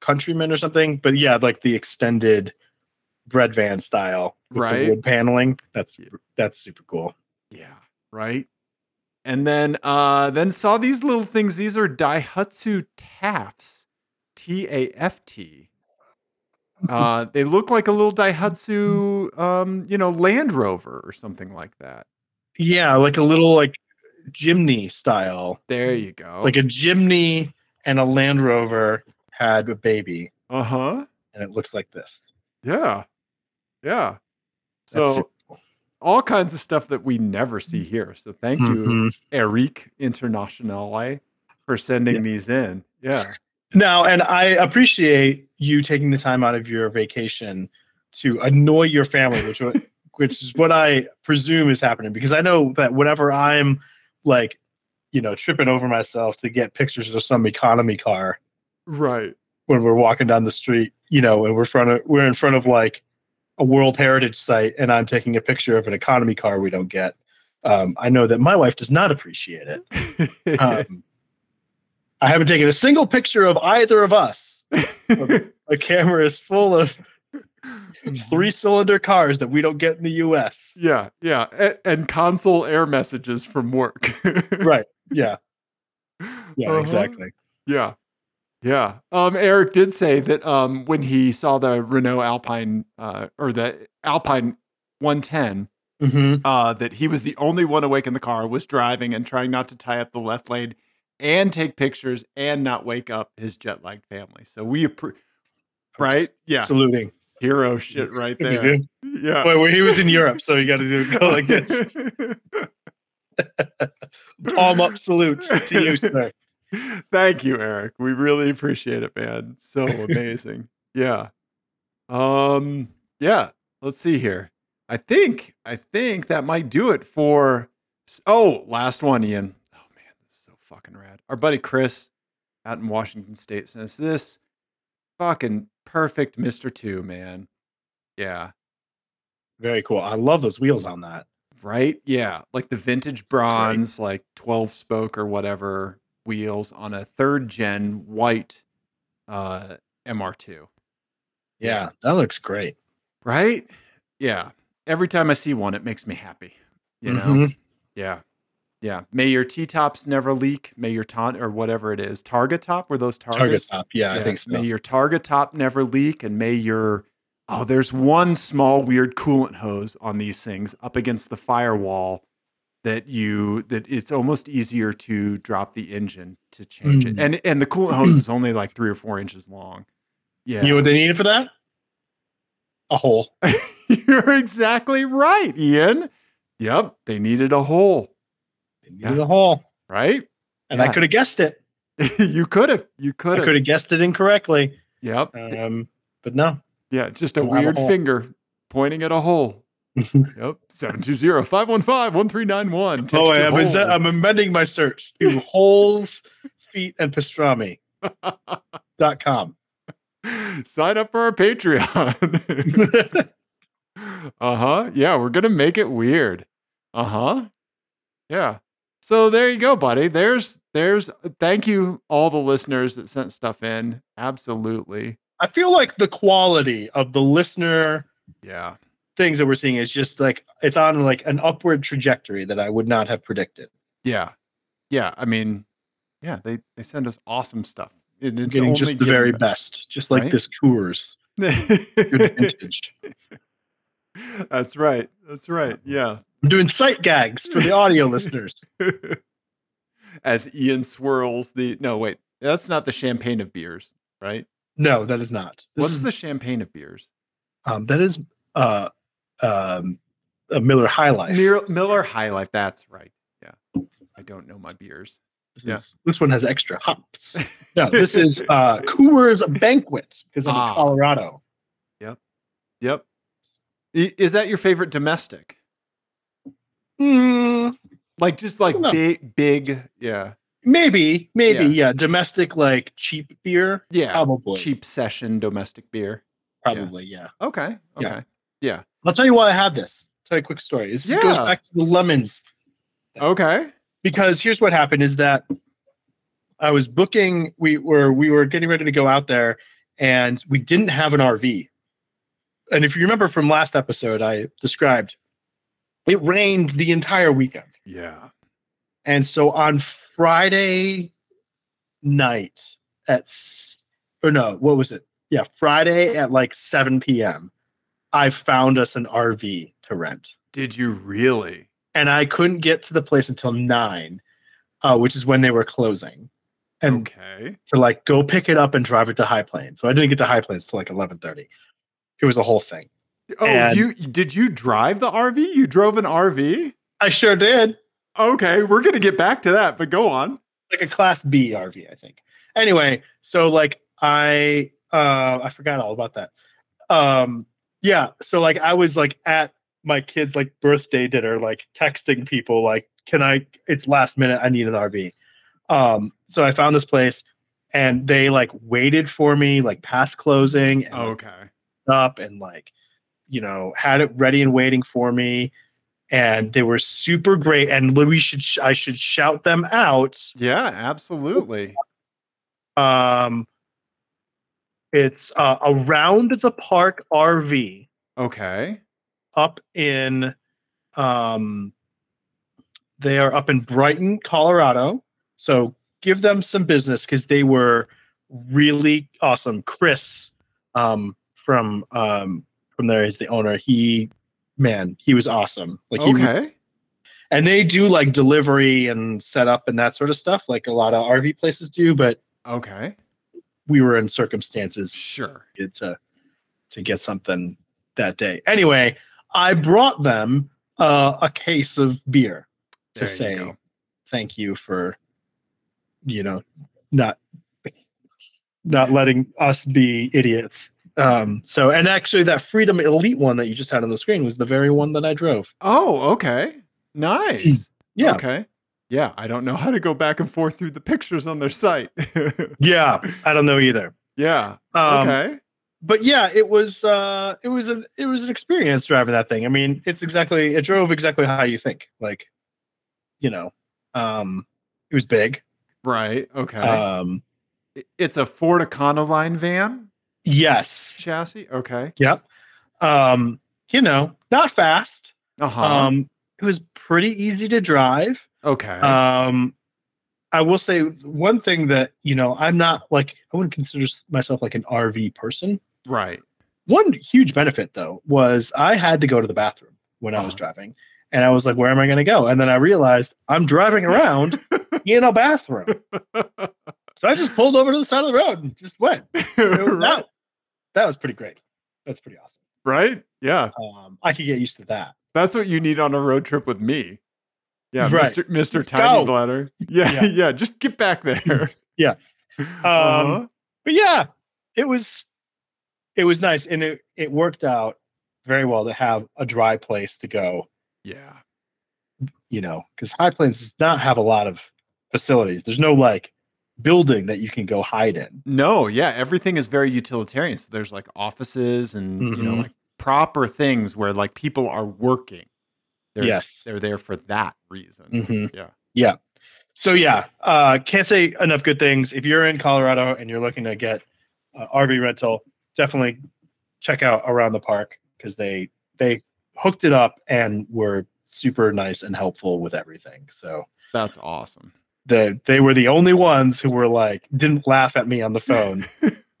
B: countryman or something. But yeah, like the extended bread van style, with
A: Right.
B: The wood paneling. That's
A: Yeah.
B: that's super cool.
A: yeah, right? And then uh then saw these little things. These are Daihatsu Tafts. T A F T. Uh, they look like a little Daihatsu, um, you know, Land Rover or something like that.
B: Yeah, like a little like Jimny style,
A: There you go.
B: like a Jimny and a Land Rover had a baby,
A: uh huh.
B: and it looks like this.
A: Yeah. Yeah.
B: That's
A: So
B: super cool. Mm-hmm.
A: all kinds of stuff that we never see here. So thank you,
B: Mhm.
A: Eric Internationale, for sending
B: Yeah.
A: these in. Yeah.
B: No, and I appreciate you taking the time out of your vacation to annoy your family, which wa- which is what I presume is happening because I know that whenever I'm like, you know, tripping over myself to get pictures of some economy car
A: Right.
B: when we're walking down the street, you know, and we're front of we're in front of like a World Heritage site, and I'm taking a picture of an economy car we don't get. Um, I know that my wife does not appreciate it. Um, I haven't taken a single picture of either of us a camera is full of three cylinder cars that we don't get in the US.
A: yeah. Yeah. And, and console air messages from work.
B: Right. Yeah. Yeah,
A: Uh-huh.
B: exactly.
A: Yeah. Yeah. Um, Eric did say that um, when he saw the Renault Alpine uh, or the Alpine 110,
B: hmm
A: uh, that he was the only one awake in the car, was driving and trying not to tie up the left lane and take pictures and not wake up his jet lagged family. So we, appro- right? Yeah.
B: Saluting.
A: Hero shit right there. Uh,
B: Wait,
A: Yeah.
B: well, he was in Europe, so you got to do it go like this. Palm up salute to you, sir.
A: Thank you, Eric. We really appreciate it, man. So amazing. yeah. Um, yeah, let's see here. I think I think that might do it for oh, last one, Ian. Oh man, this is so fucking rad. Our buddy Chris out in Washington State says this fucking perfect Mr. Two, man. Yeah.
B: Very cool. I love those wheels on that.
A: right? Yeah, like the vintage bronze, like 12 spoke or whatever wheels on a third gen white uh, MR2,
B: Yeah, that looks great.
A: right? Yeah. Every time I see one, it makes me happy. You know?
B: Mhm.
A: Yeah. Yeah. May your T tops never leak. May your taunt or whatever it is. Target top? Were those targets?
B: target top. Yeah, I
A: Yeah,
B: think so.
A: May your target top never leak, and may your oh, there's one small weird coolant hose on these things up against the firewall that you that it's almost easier to drop the engine to change it,
B: Mm.
A: and and the coolant hose is only like three or four inches long. Yeah,
B: You know what they needed for that? A hole.
A: you're exactly right, Ian. Yep, they needed a hole,
B: They needed a hole,
A: right?
B: and
A: Yeah.
B: I could have guessed it.
A: you could have, you could
B: I could
A: have.
B: have guessed it incorrectly.
A: Yep,
B: Um, but no.
A: yeah, just a
B: Don't have a
A: weird
B: hole.
A: finger pointing at a hole. Yep. 720-515-1391.
B: Oh,
A: Text your
B: I'm,
A: hole.
B: I'm amending my search to holes, feet, and pastrami.com.
A: Sign up for our Patreon. uh-huh. Yeah, we're gonna make it weird. Uh-huh. Yeah. So there you go, buddy. There's there's thank you all the listeners that sent stuff in. Absolutely.
B: I feel like the quality of the listener
A: Yeah.
B: things that we're seeing is just like it's on like an upward trajectory that I would not have predicted.
A: Yeah. Yeah. I mean, yeah, they they send us awesome stuff. And it's
B: getting
A: only
B: just the
A: getting
B: very
A: better.
B: best, just like
A: Right?
B: this Coors. Good vintage.
A: That's right. That's right. Yeah.
B: I'm doing sight gags for the audio listeners.
A: as Ian swirls the no wait that's not the champagne of beers right
B: No, that is not. This
A: what's
B: is,
A: the champagne of beers
B: um, that is uh, um, a Miller High Life.
A: Mir- Miller High Life that's right yeah I don't know my beers
B: this,
A: yeah.
B: is- this one has extra hops. No, this is uh, Coors Banquet because I'm
A: Ah.
B: in Colorado.
A: yep I- is that your favorite domestic
B: Hmm,
A: like just like
B: No.
A: big big yeah
B: maybe, maybe, yeah. Domestic, like cheap beer,
A: yeah
B: probably,
A: cheap session domestic beer
B: probably, yeah.
A: okay okay
B: Yeah. I'll tell you why I have this. tell you a quick story. This
A: Yeah.
B: goes back to the lemons
A: okay
B: because here's what happened is that I was booking we were we were getting ready to go out there and we didn't have an RV. And if you remember from last episode I described it rained the entire weekend.
A: yeah
B: And so on Friday night at s- or no, what was it? Yeah, Friday at like 7 p.m. I found us an RV to rent
A: did you really
B: and I couldn't get to the place until nine, uh, which is when they were closing, and
A: okay
B: to like go pick it up and drive it to High Plains. So I didn't get to High Plains till like eleven thirty. It was a whole thing.
A: oh
B: and-
A: you did you drive the RV you drove an RV
B: I sure did,
A: Okay, we're gonna get back to that, but go on.
B: like a Class B RV, I think. Anyway, so like I uh, I forgot all about that. Um, yeah, so like I was like at my kid's like birthday dinner, like texting people, like, can I? It's last minute. I need an RV. Um, so I found this place, and they like waited for me, like past closing, and like,
A: Oh, Okay.
B: up, and like, you know, had it ready and waiting for me, and they were super great. And we should, sh- I should shout them out.
A: Yeah, absolutely.
B: Um, it's uh, around the park RV.
A: Okay.
B: up in um they are up in Brighton, Colorado. So give them some business because they were really awesome. Chris um from um from there is the owner. He man, he was awesome. Like he
A: Okay.
B: and they do like delivery and setup and that sort of stuff, like a lot of RV places do, but
A: Okay.
B: we were in circumstances
A: Sure.
B: needed to to get something that day. Anyway, I brought them uh, a case of beer to
A: There you
B: say
A: go.
B: thank you for you know not not letting us be idiots. Um, so and actually that Freedom Elite one that you just had on the screen was the very one that I drove.
A: Oh, okay. Nice.
B: Yeah.
A: Okay. Yeah, I don't know how to go back and forth through the pictures on their site.
B: Yeah, I don't know either.
A: yeah.
B: Um,
A: okay.
B: but yeah, it was uh, it was an it was an experience driving that thing. I mean, it's exactly it drove exactly how you think. Like, you know, um, it was big.
A: Right. Okay.
B: Um,
A: I- it's a Ford Econoline van
B: yes,
A: chassis. Okay.
B: yep. Um, you know, not fast.
A: Uh huh.
B: Um, it was pretty easy to drive.
A: okay.
B: Um, I will say one thing that you know I'm not like I wouldn't consider myself like an RV person.
A: right.
B: One huge benefit though was I had to go to the bathroom when I was
A: Uh-huh.
B: driving, and I was like, "Where am I going to go?" And then I realized I'm driving around in a bathroom, so I just pulled over to the side of the road and just went. It was-
A: right.
B: That, that was pretty great. That's pretty awesome.
A: Right. Yeah.
B: Um, I could get used to that.
A: That's what you need on a road trip with me. Yeah,
B: Right.
A: Mr. Mr.
B: Let's
A: Tiny
B: go.
A: Bladder. Yeah, yeah,
B: Yeah.
A: Just get back there.
B: Yeah. Um,
A: Uh-huh.
B: but yeah, it was it was nice and it, it worked out very well to have a dry place to go,
A: Yeah.
B: you know, because High Plains does not have a lot of facilities. There's no like building that you can go hide in.
A: No, yeah. Everything is very utilitarian. So there's like offices and you know
B: Mhm.
A: like proper things where like people are working. They're,
B: Yes.
A: They're there for that reason.
B: Mhm.
A: Yeah.
B: So yeah, uh, can't say enough good things. If you're in Colorado and you're looking to get uh, RV rental, definitely check out around the park because they they hooked it up and were super nice and helpful with everything. So
A: That's awesome.
B: the they were the only ones who were like didn't laugh at me on the phone.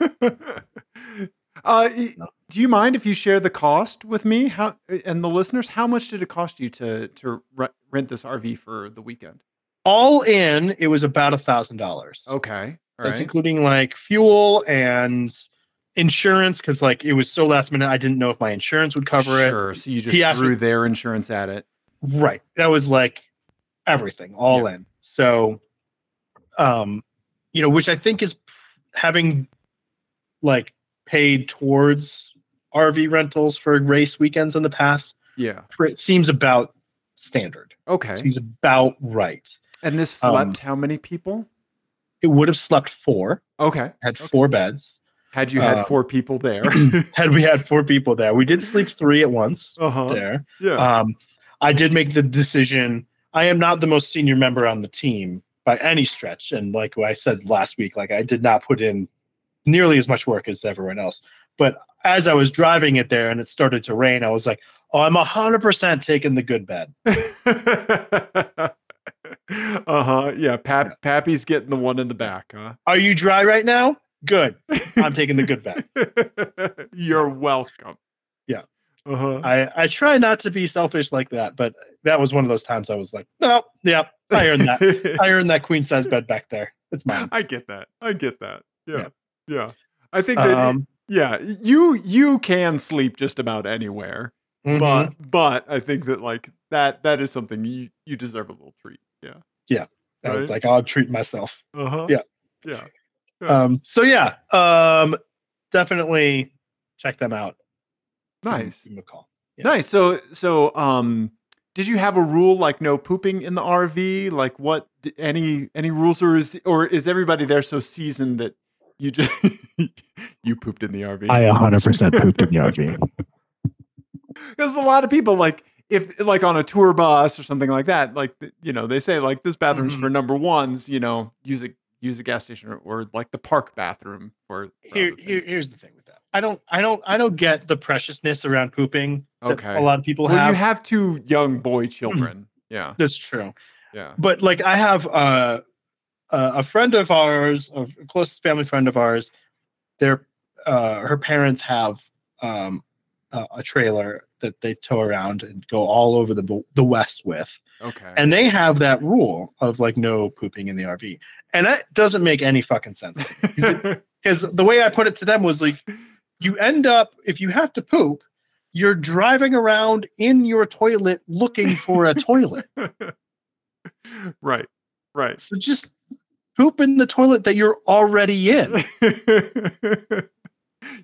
A: uh, y-
B: No.
A: do you mind if you share the cost with me? How and the listeners, how much did it cost you to to re- rent this RV for the weekend?
B: All in, it was about a thousand
A: Oh,
B: dollars.
A: Okay. All right.
B: That's including like fuel and insurance because like it was so last minute. I didn't know if my insurance would cover it.
A: Sure. So you just
B: He asked
A: threw their insurance at it.
B: Right. That was like everything, all in. So, um, you know, which I think is p- having like paid towards RV rentals for race weekends in the past.
A: Yeah.
B: pr- It seems about standard.
A: Okay.
B: Seems about right.
A: And this
B: Um,
A: slept how many people?
B: It would have slept four,
A: Okay.
B: had
A: Okay.
B: four beds.
A: Had you had
B: um,
A: four people there?
B: Had we had four people there, we did sleep three at once
A: uh-huh.
B: there.
A: Yeah.
B: Um, I did make the decision. I am not the most senior member on the team by any stretch, and like I said last week, like I did not put in nearly as much work as everyone else. But as I was driving it there, and it started to rain, I was like, "Oh, I'm hundred percent taking the good bed." Uh,
A: uh-huh. Yeah. Pap- Pappy's getting the one in the back, huh?
B: Are you dry right now? Good. I'm taking the good bed.
A: You're welcome.
B: Yeah.
A: Uh-huh.
B: I, I try not to be selfish like that, but that was one of those times I was like, no, yeah, I earned that. I earned that queen size bed back there. It's mine.
A: I get that. I get that. Yeah.
B: Yeah.
A: Yeah. I think that
B: Um,
A: yeah, you you can sleep just about anywhere.
B: mhm.
A: But but I think that like that that is something you you deserve a little treat. Yeah.
B: I was
A: right.
B: like, I'll treat myself.
A: Uh-huh.
B: Yeah.
A: Yeah. Yeah.
B: Um, so yeah, um, definitely check them out.
A: Nice.
B: Give them a call. Yeah.
A: Nice. So so um did you have a rule like no pooping in the RV? Like what d- any any rules or is or is everybody there so seasoned that you just you pooped in the RV?
B: uh,
C: I 100% pooped in the RV.
A: Because a lot of people like if like on a tour bus or something like that, like th- you know they say like this bathroom's for number ones. You know, use a use a gas station or, or like the park bathroom for, for
B: Here,
A: other
B: here,
A: things.
B: here's the thing with that. I don't, I don't, I don't get the preciousness around pooping. That
A: Okay.
B: A lot of people
A: Well,
B: have. Hmm.
A: you have two young boy children. yeah,
B: That's true.
A: yeah.
B: But like, I have uh, a a friend of ours, a close family friend of ours. Their uh, her parents have um, a, a trailer that they tow around and go all over the bo- the west with.
A: Okay.
B: and they have that rule of like no pooping in the RV, and that doesn't make any fucking sense because the way I put it to them was like, you end up if you have to poop, you're driving around in your toilet looking for a toilet.
A: right. Right.
B: So just poop in the toilet that you're already in.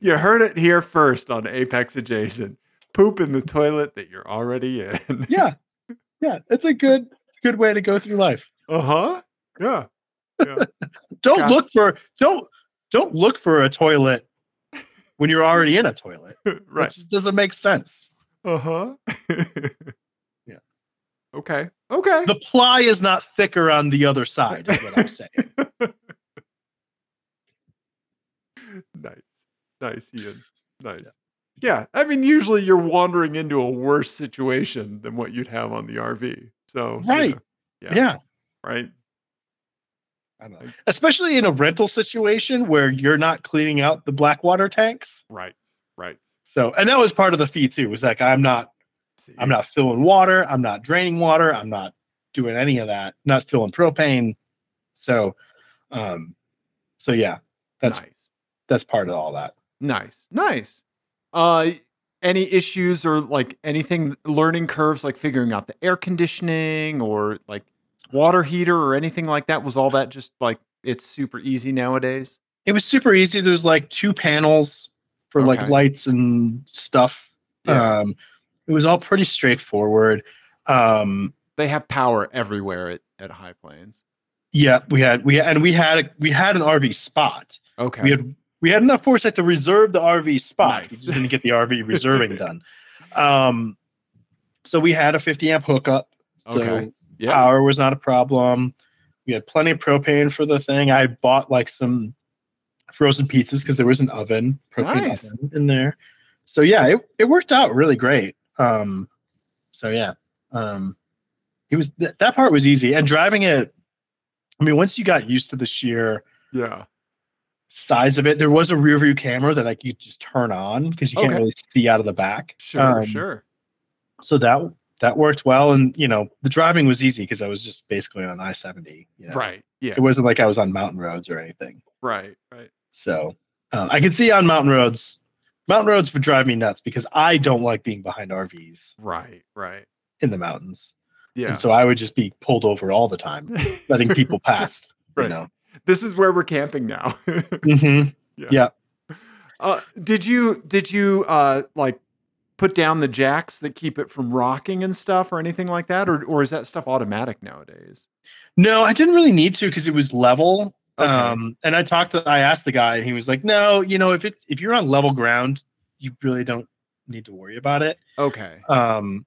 A: you heard it here first on Apex Adjacent. Poop in the toilet that you're already in.
B: Yeah, yeah, it's a good good way to go through life.
A: Uh
B: Uh-huh.
A: huh. Yeah.
B: Don't
A: Got-
B: look for don't don't look for a toilet when you're already in a toilet. It
A: right.
B: just doesn't make sense.
A: Uh
B: uh-huh.
A: huh.
B: Yeah.
A: Okay. Okay.
B: The ply is not thicker on the other side, is what I'm saying.
A: nice. Nice, Ian. Nice. Yeah. I mean, usually you're wandering into a worse situation than what you'd have on the RV. So, you
B: Right.
A: know,
B: Yeah.
A: right.
B: I don't know. Especially in a rental situation where you're not cleaning out the black water tanks.
A: Right. Right.
B: So, and that was part of the fee too, was like, I'm not
A: See.
B: I'm not filling water. I'm not draining water. I'm not doing any of that. Not filling propane. So, um, so yeah, that's
A: nice.
B: that's part of all that.
A: Nice. Nice. Uh, any issues or like anything learning curves, like figuring out the air conditioning or like water heater or anything like that? Was all that just like it's super easy nowadays?
B: It was super easy. There's like two panels for
A: Okay.
B: like lights and stuff.
A: Yeah.
B: Um, it was all pretty straightforward. Um,
A: They have power everywhere at, at High Plains.
B: yeah, we had we and we had we had an RV spot.
A: Okay.
B: We had we had enough foresight to reserve the RV spot. We
A: Nice.
B: just didn't get the RV reserving done. Um, so we had a 50 amp hookup. So
A: Okay. yeah.
B: power was not a problem. We had plenty of propane for the thing. I bought like some frozen pizzas because there was an oven, propane
A: Nice.
B: oven in there. So yeah, it, it worked out really great. Um, so yeah, um, it was th- that part was easy. And driving it, I mean, once you got used to the sheer
A: Yeah.
B: size of it, there was a rear view camera that like you just turn on because you
A: Okay.
B: can't really see out of the back.
A: Sure.
B: Um,
A: sure.
B: So that that worked well, and you know the driving was easy because I was just basically on I seventy. You know?
A: Right. Yeah.
B: It wasn't like I was on mountain roads or anything.
A: Right. Right.
B: So uh, I could see on mountain roads. Mountain roads would drive me nuts because I don't like being behind RVs
A: Right. Right.
B: in the mountains,
A: Yeah.
B: and so I would just be pulled over all the time, letting people pass.
A: Right.
B: You know.
A: this is where we're camping now.
B: Mhm.
A: uh, did you did you uh, like put down the jacks that keep it from rocking and stuff or anything like that, or or is that stuff automatic nowadays?
B: No, I didn't really need to because it was level.
A: Okay.
B: Um, and I talked to, I asked the guy, and he was like, "No, you know, if it's if you're on level ground, you really don't need to worry about it."
A: Okay.
B: Um,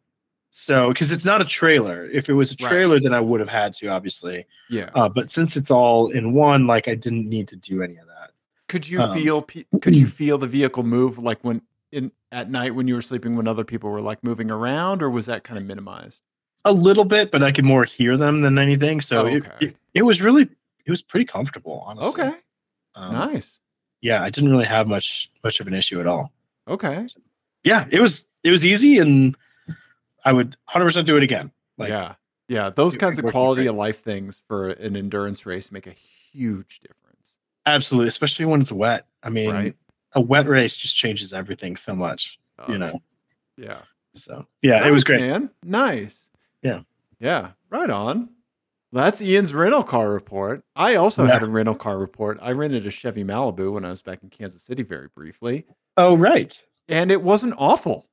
B: so because it's not a trailer. If it was a
A: Right.
B: trailer, then I would have had to, obviously.
A: Yeah.
B: Uh, but since it's all in one, like I didn't need to do any of that.
A: Could you
B: um,
A: feel pe- could you feel the vehicle move like when in at night when you were sleeping when other people were like moving around, or was that kind of minimized?
B: A little bit, but I could more hear them than anything. So
A: Oh,
B: it-
A: okay.
B: it, it, was really it was pretty comfortable, honestly.
A: Okay.
B: Um,
A: Nice.
B: Yeah, I didn't really have much much of an issue at all.
A: Okay.
B: yeah, it was it was easy, and I would 100 percent do it again. Like,
A: yeah, yeah, those
B: it-
A: kinds
B: it
A: of
B: worked
A: quality
B: great.
A: of life things for an endurance race make a huge difference.
B: absolutely, especially when it's wet. I mean,
A: Right.
B: a wet race just changes everything so much, you know.
A: Um, yeah,
B: So yeah, it was
A: Nice,
B: great.
A: man. Nice.
B: Yeah.
A: yeah, right on. Well, that's Ian's rental car report. I also had a rental car report. I rented a Chevy Malibu when I was back in Kansas City very briefly,
B: Oh right,
A: and it wasn't awful.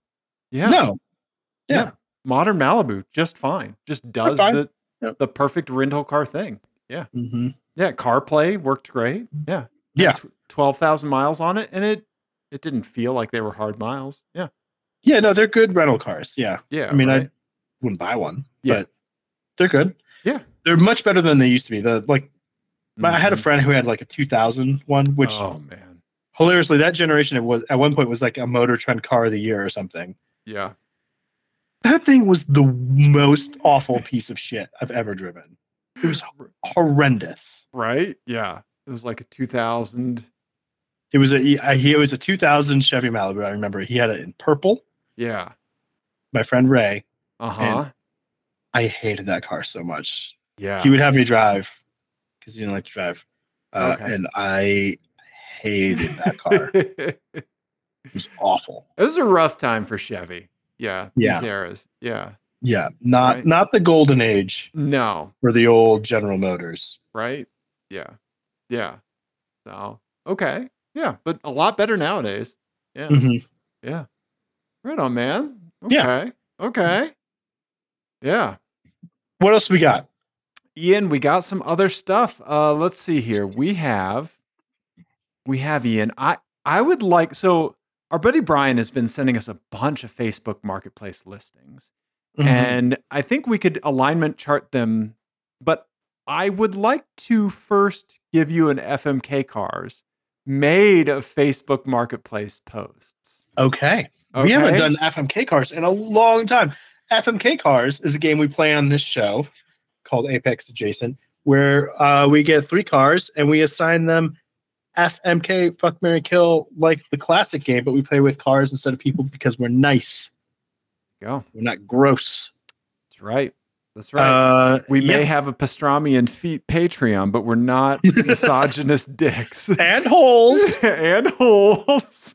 A: Yeah,
B: no, yeah.
A: modern Malibu just fine. Just does
B: fine.
A: the
B: Yep.
A: the perfect rental car thing.
B: hmm
A: Yeah, CarPlay worked great. Yeah.
B: Yeah.
A: Tw- 12,000 miles on it and it it didn't feel like they were hard miles. Yeah.
B: yeah, no, they're good rental cars. Yeah,
A: Yeah.
B: I mean,
A: right?
B: I wouldn't buy one,
A: Yeah.
B: but they're good.
A: Yeah.
B: they're much better than they used to be. The like, my I had a
A: Mhm.
B: friend who had like a 2000 one, which
A: Oh man.
B: hilariously, that generation it was at one point was like a Motor Trend Car of the Year or something.
A: Yeah.
B: That thing was the most awful piece of shit I've ever driven. It was horrendous.
A: Right? Yeah. It was like a 2000.
B: It was a I- he. It was a 2000 Chevy Malibu. I remember he had it in purple.
A: Yeah.
B: My friend Ray.
A: Uh-huh.
B: I hated that car so much.
A: Yeah.
B: He would have me drive because he didn't like to drive, uh,
A: Okay.
B: and I hated that car. it was awful.
A: it was a rough time for Chevy. Yeah.
B: Yeah.
A: These eras. Yeah.
B: Yeah, not
A: Right.
B: not the golden age
A: No.
B: for the old General Motors.
A: Right? Yeah. Yeah. So, okay. Yeah. But a lot better nowadays. Yeah.
B: Mhm.
A: Yeah. Right on, man. Okay.
B: Yeah.
A: Okay. Yeah.
B: What else we got?
A: Ian, we got some other stuff. Uh let's see here. We have we have Ian. I I would like so our buddy Brian has been sending us a bunch of Facebook Marketplace listings,
B: Mm-hmm.
A: and I think we could alignment chart them. But I would like to first give you an FMK cars made of Facebook Marketplace posts.
B: okay.
A: Okay?
B: We haven't done FMK cars in a long time. FMK cars is a game we play on this show called Apex Adjacent, where uh, we get three cars and we assign them FMK Fuck Mary Kill like the classic game, but we play with cars instead of people because we're nice.
A: Go.
B: We're not gross.
A: That's right. That's right.
B: Uh,
A: we may
B: yep.
A: have a pastrami and feet Patreon, but we're not misogynist dicks.
B: and holes.
A: and holes.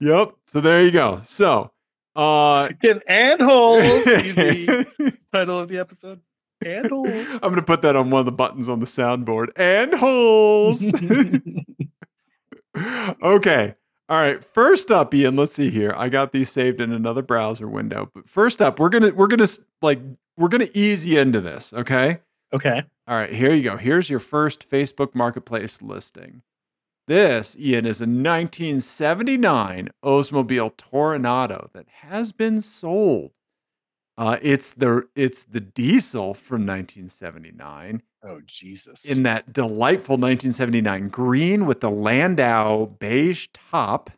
A: yep. So there you go. So, uh,
B: Again, and holes. Be the
A: I'm
B: title of the episode. And holes.
A: gonna put that on one of the buttons on the soundboard. And holes. okay. All right. First up, Ian. Let's see here. I got these saved in another browser window. But first up, we're gonna we're gonna s- like we're gonna ease you into this. Okay.
B: okay.
A: All right, here you go. Here's your first Facebook Marketplace listing. This, Ian, is a 1979 Oldsmobile Toronado that has been sold. Uh, it's the it's the diesel from 1979
B: Oh Jesus.
A: in that delightful 1979 green with the Landau beige top.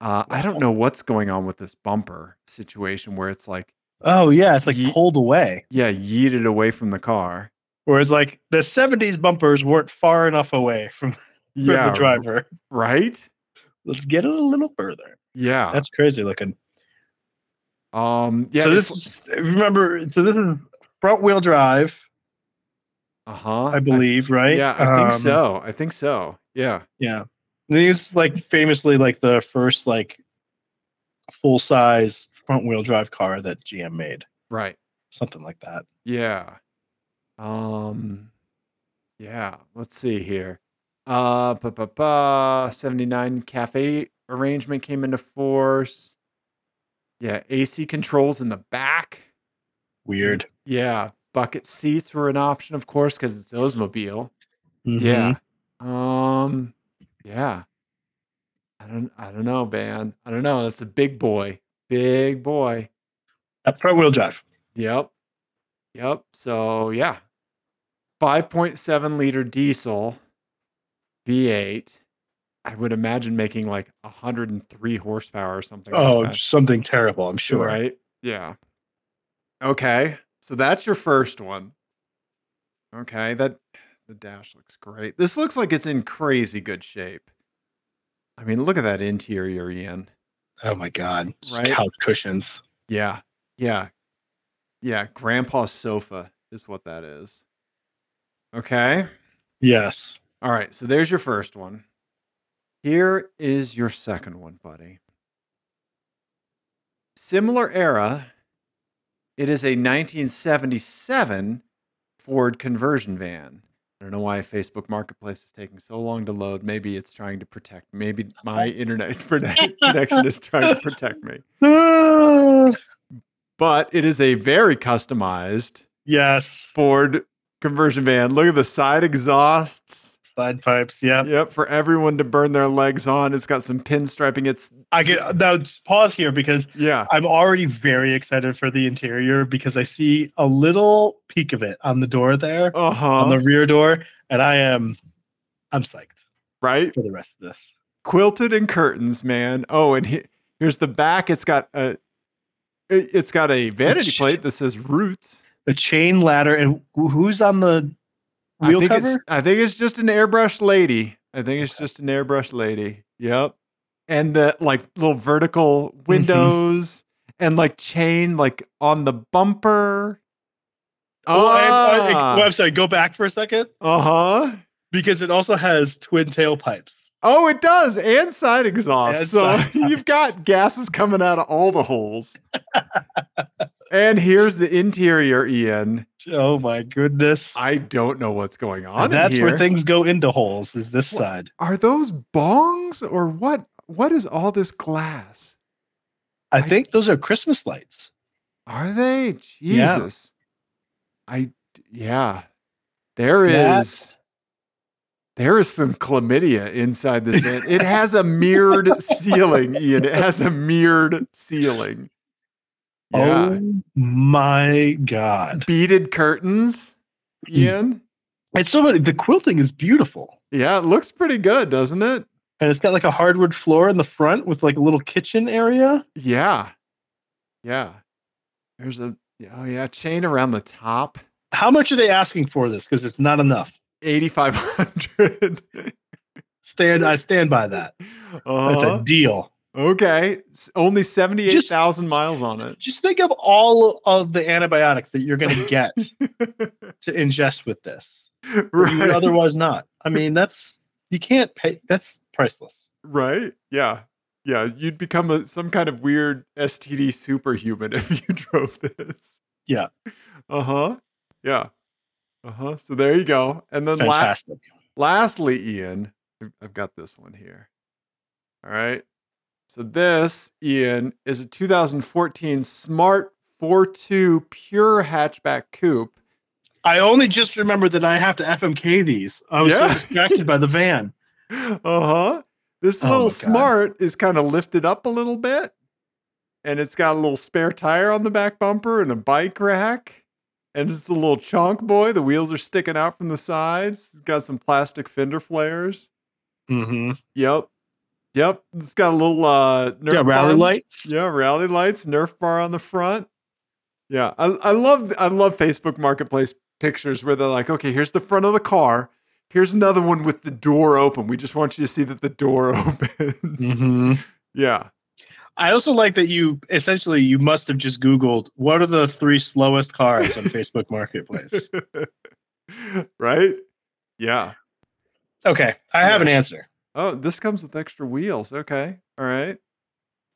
A: Uh, I don't know what's going on with this bumper situation where it's like,
B: oh yeah, it's like
A: Ye-
B: pulled away.
A: yeah, yeeted away from the car.
B: Whereas like the 70s bumpers weren't far enough away from, from
A: Yeah,
B: the driver.
A: right.
B: Let's get it a little further.
A: Yeah,
B: That's crazy looking.
A: Um. Yeah.
B: so this is, remember, so this is front wheel drive,
A: Uh huh.
B: I believe, right?
A: Yeah, I think
B: Um,
A: so. I think so. Yeah.
B: Yeah. And these like famously like the first like full size front wheel drive car that GM made.
A: Right.
B: Something like that.
A: Yeah. Um. Yeah. Let's see here. Uh. Ba ba ba. Seventy nine cafe arrangement came into force. Yeah. AC controls in the back.
B: Weird.
A: Yeah. Bucket seats were an option, of course, because it's Oldsmobile. Mm-hmm.
B: Mhm.
A: Yeah. Um. Yeah. I don't. I don't know, man. I don't know. That's a big boy. Big boy.
B: A front wheel drive.
A: Yep. Yep. So yeah. 5.7 liter diesel V8. I would imagine making like 103 horsepower or something. like
B: Oh,
A: that.
B: something terrible, I'm sure.
A: Right. Yeah. Okay. So that's your first one. Okay. That the dash looks great. This looks like it's in crazy good shape. I mean, look at that interior, Ian.
B: Oh my god. Just
A: Right.
B: Couch cushions.
A: Yeah. Yeah. Yeah. Grandpa's sofa is what that is. Okay.
B: Yes.
A: All right. So there's your first one. Here is your second one, buddy. Similar era. It is a 1977 Ford conversion van. I don't know why Facebook Marketplace is taking so long to load. Maybe it's trying to protect. Maybe my internet connection is trying to protect me.
B: Ah.
A: But it is a very customized
B: Yes.
A: Ford conversion van. Look at the side exhausts.
B: Side pipes. Yeah.
A: Yep, for everyone to burn their legs on. It's got some pinstriping. It's
B: I get now pause here because
A: yeah,
B: I'm already very excited for the interior because I see a little peek of it on the door there,
A: uh
B: on the
A: huh,
B: rear door, and I am I'm psyched
A: right.
B: for the rest of this.
A: Quilted and curtains, man. Oh, and he, here's the back. It's got a, it- it's got a vanity
B: sh-
A: plate that says Roots.
B: A chain ladder and who- who's on the
A: I
B: wheel
A: think
B: cover?
A: it's I think it's just an airbrush lady. I think it's just an airbrush lady. Yep. And the like little
B: Mm-hmm.
A: vertical windows and like chain like on the bumper.
B: Oh, I- I-
A: Ah.
B: well, I'm sorry, go back for a second
A: Uh-huh.
B: because it also has twin tailpipes.
A: Oh, it does, and side exhaust.
B: And
A: so
B: side
A: you've got gases coming out of all the holes. and here's the interior, Ian.
B: Oh my goodness.
A: I don't know what's going on.
B: and
A: in
B: that's
A: here.
B: where things go into holes, is this
A: Wha-
B: side.
A: Are those bongs or what? What is all this glass?
B: I
A: I-
B: think those are Christmas lights.
A: Are they?
B: Yeah.
A: Jesus. I yeah. There is
B: That-
A: There is some chlamydia inside this van. It has a mirrored ceiling, Ian. It has a mirrored ceiling. Yeah.
B: Oh my god!
A: Beaded curtains, Ian.
B: It's so funny. The quilting is beautiful,
A: Yeah, it looks pretty good, doesn't it?
B: and it's got like a hardwood floor in the front with like a little kitchen area.
A: Yeah. Yeah. There's a oh yeah, chain around the top.
B: How much are they asking for this? Because it's not enough.
A: Eighty five hundred.
B: Stand, I stand by that. That's
A: Uh,
B: a deal.
A: okay. S- Only seventy eight thousand miles on it.
B: Just think of all of the antibiotics that you're going to get to ingest with this. that You would
A: right.
B: otherwise not. I mean, that's you can't pay. That's priceless.
A: right. Yeah. Yeah. You'd become a, some kind of weird STD superhuman if you drove this.
B: Yeah.
A: Uh huh. Yeah. Uh huh. So there you go. And then last
B: Fantastic.
A: Lastly, Ian, I've- I've got this one here. All right. So this, Ian, is a 2014 Smart 42 Pure Hatchback Coupe.
B: I only just remembered that I have to FMK these. I was so
A: Yeah.
B: distracted by the van.
A: Uh huh. This
B: Oh my
A: little
B: God.
A: Smart is kind of lifted up a little bit, and it's got a little spare tire on the back bumper and a bike rack. And it's a little chonk boy. The wheels are sticking out from the sides. It's got some plastic fender flares.
B: Mm-hmm.
A: Yep. Yep. It's got a little uh Nerf
B: Yeah,
A: bar
B: rally
A: on-
B: lights.
A: Yeah, rally lights, Nerf bar on the front. Yeah. I I love I love Facebook Marketplace pictures where they're like, "Okay, here's the front of the car. Here's another one with the door open. We just want you to see that the door opens."
B: Mhm.
A: Yeah.
B: I also like that you essentially you must have just Googled what are the three slowest cars on Facebook Marketplace.
A: right? Yeah.
B: Okay, I have an answer.
A: Oh, this comes with extra wheels. Okay. All right.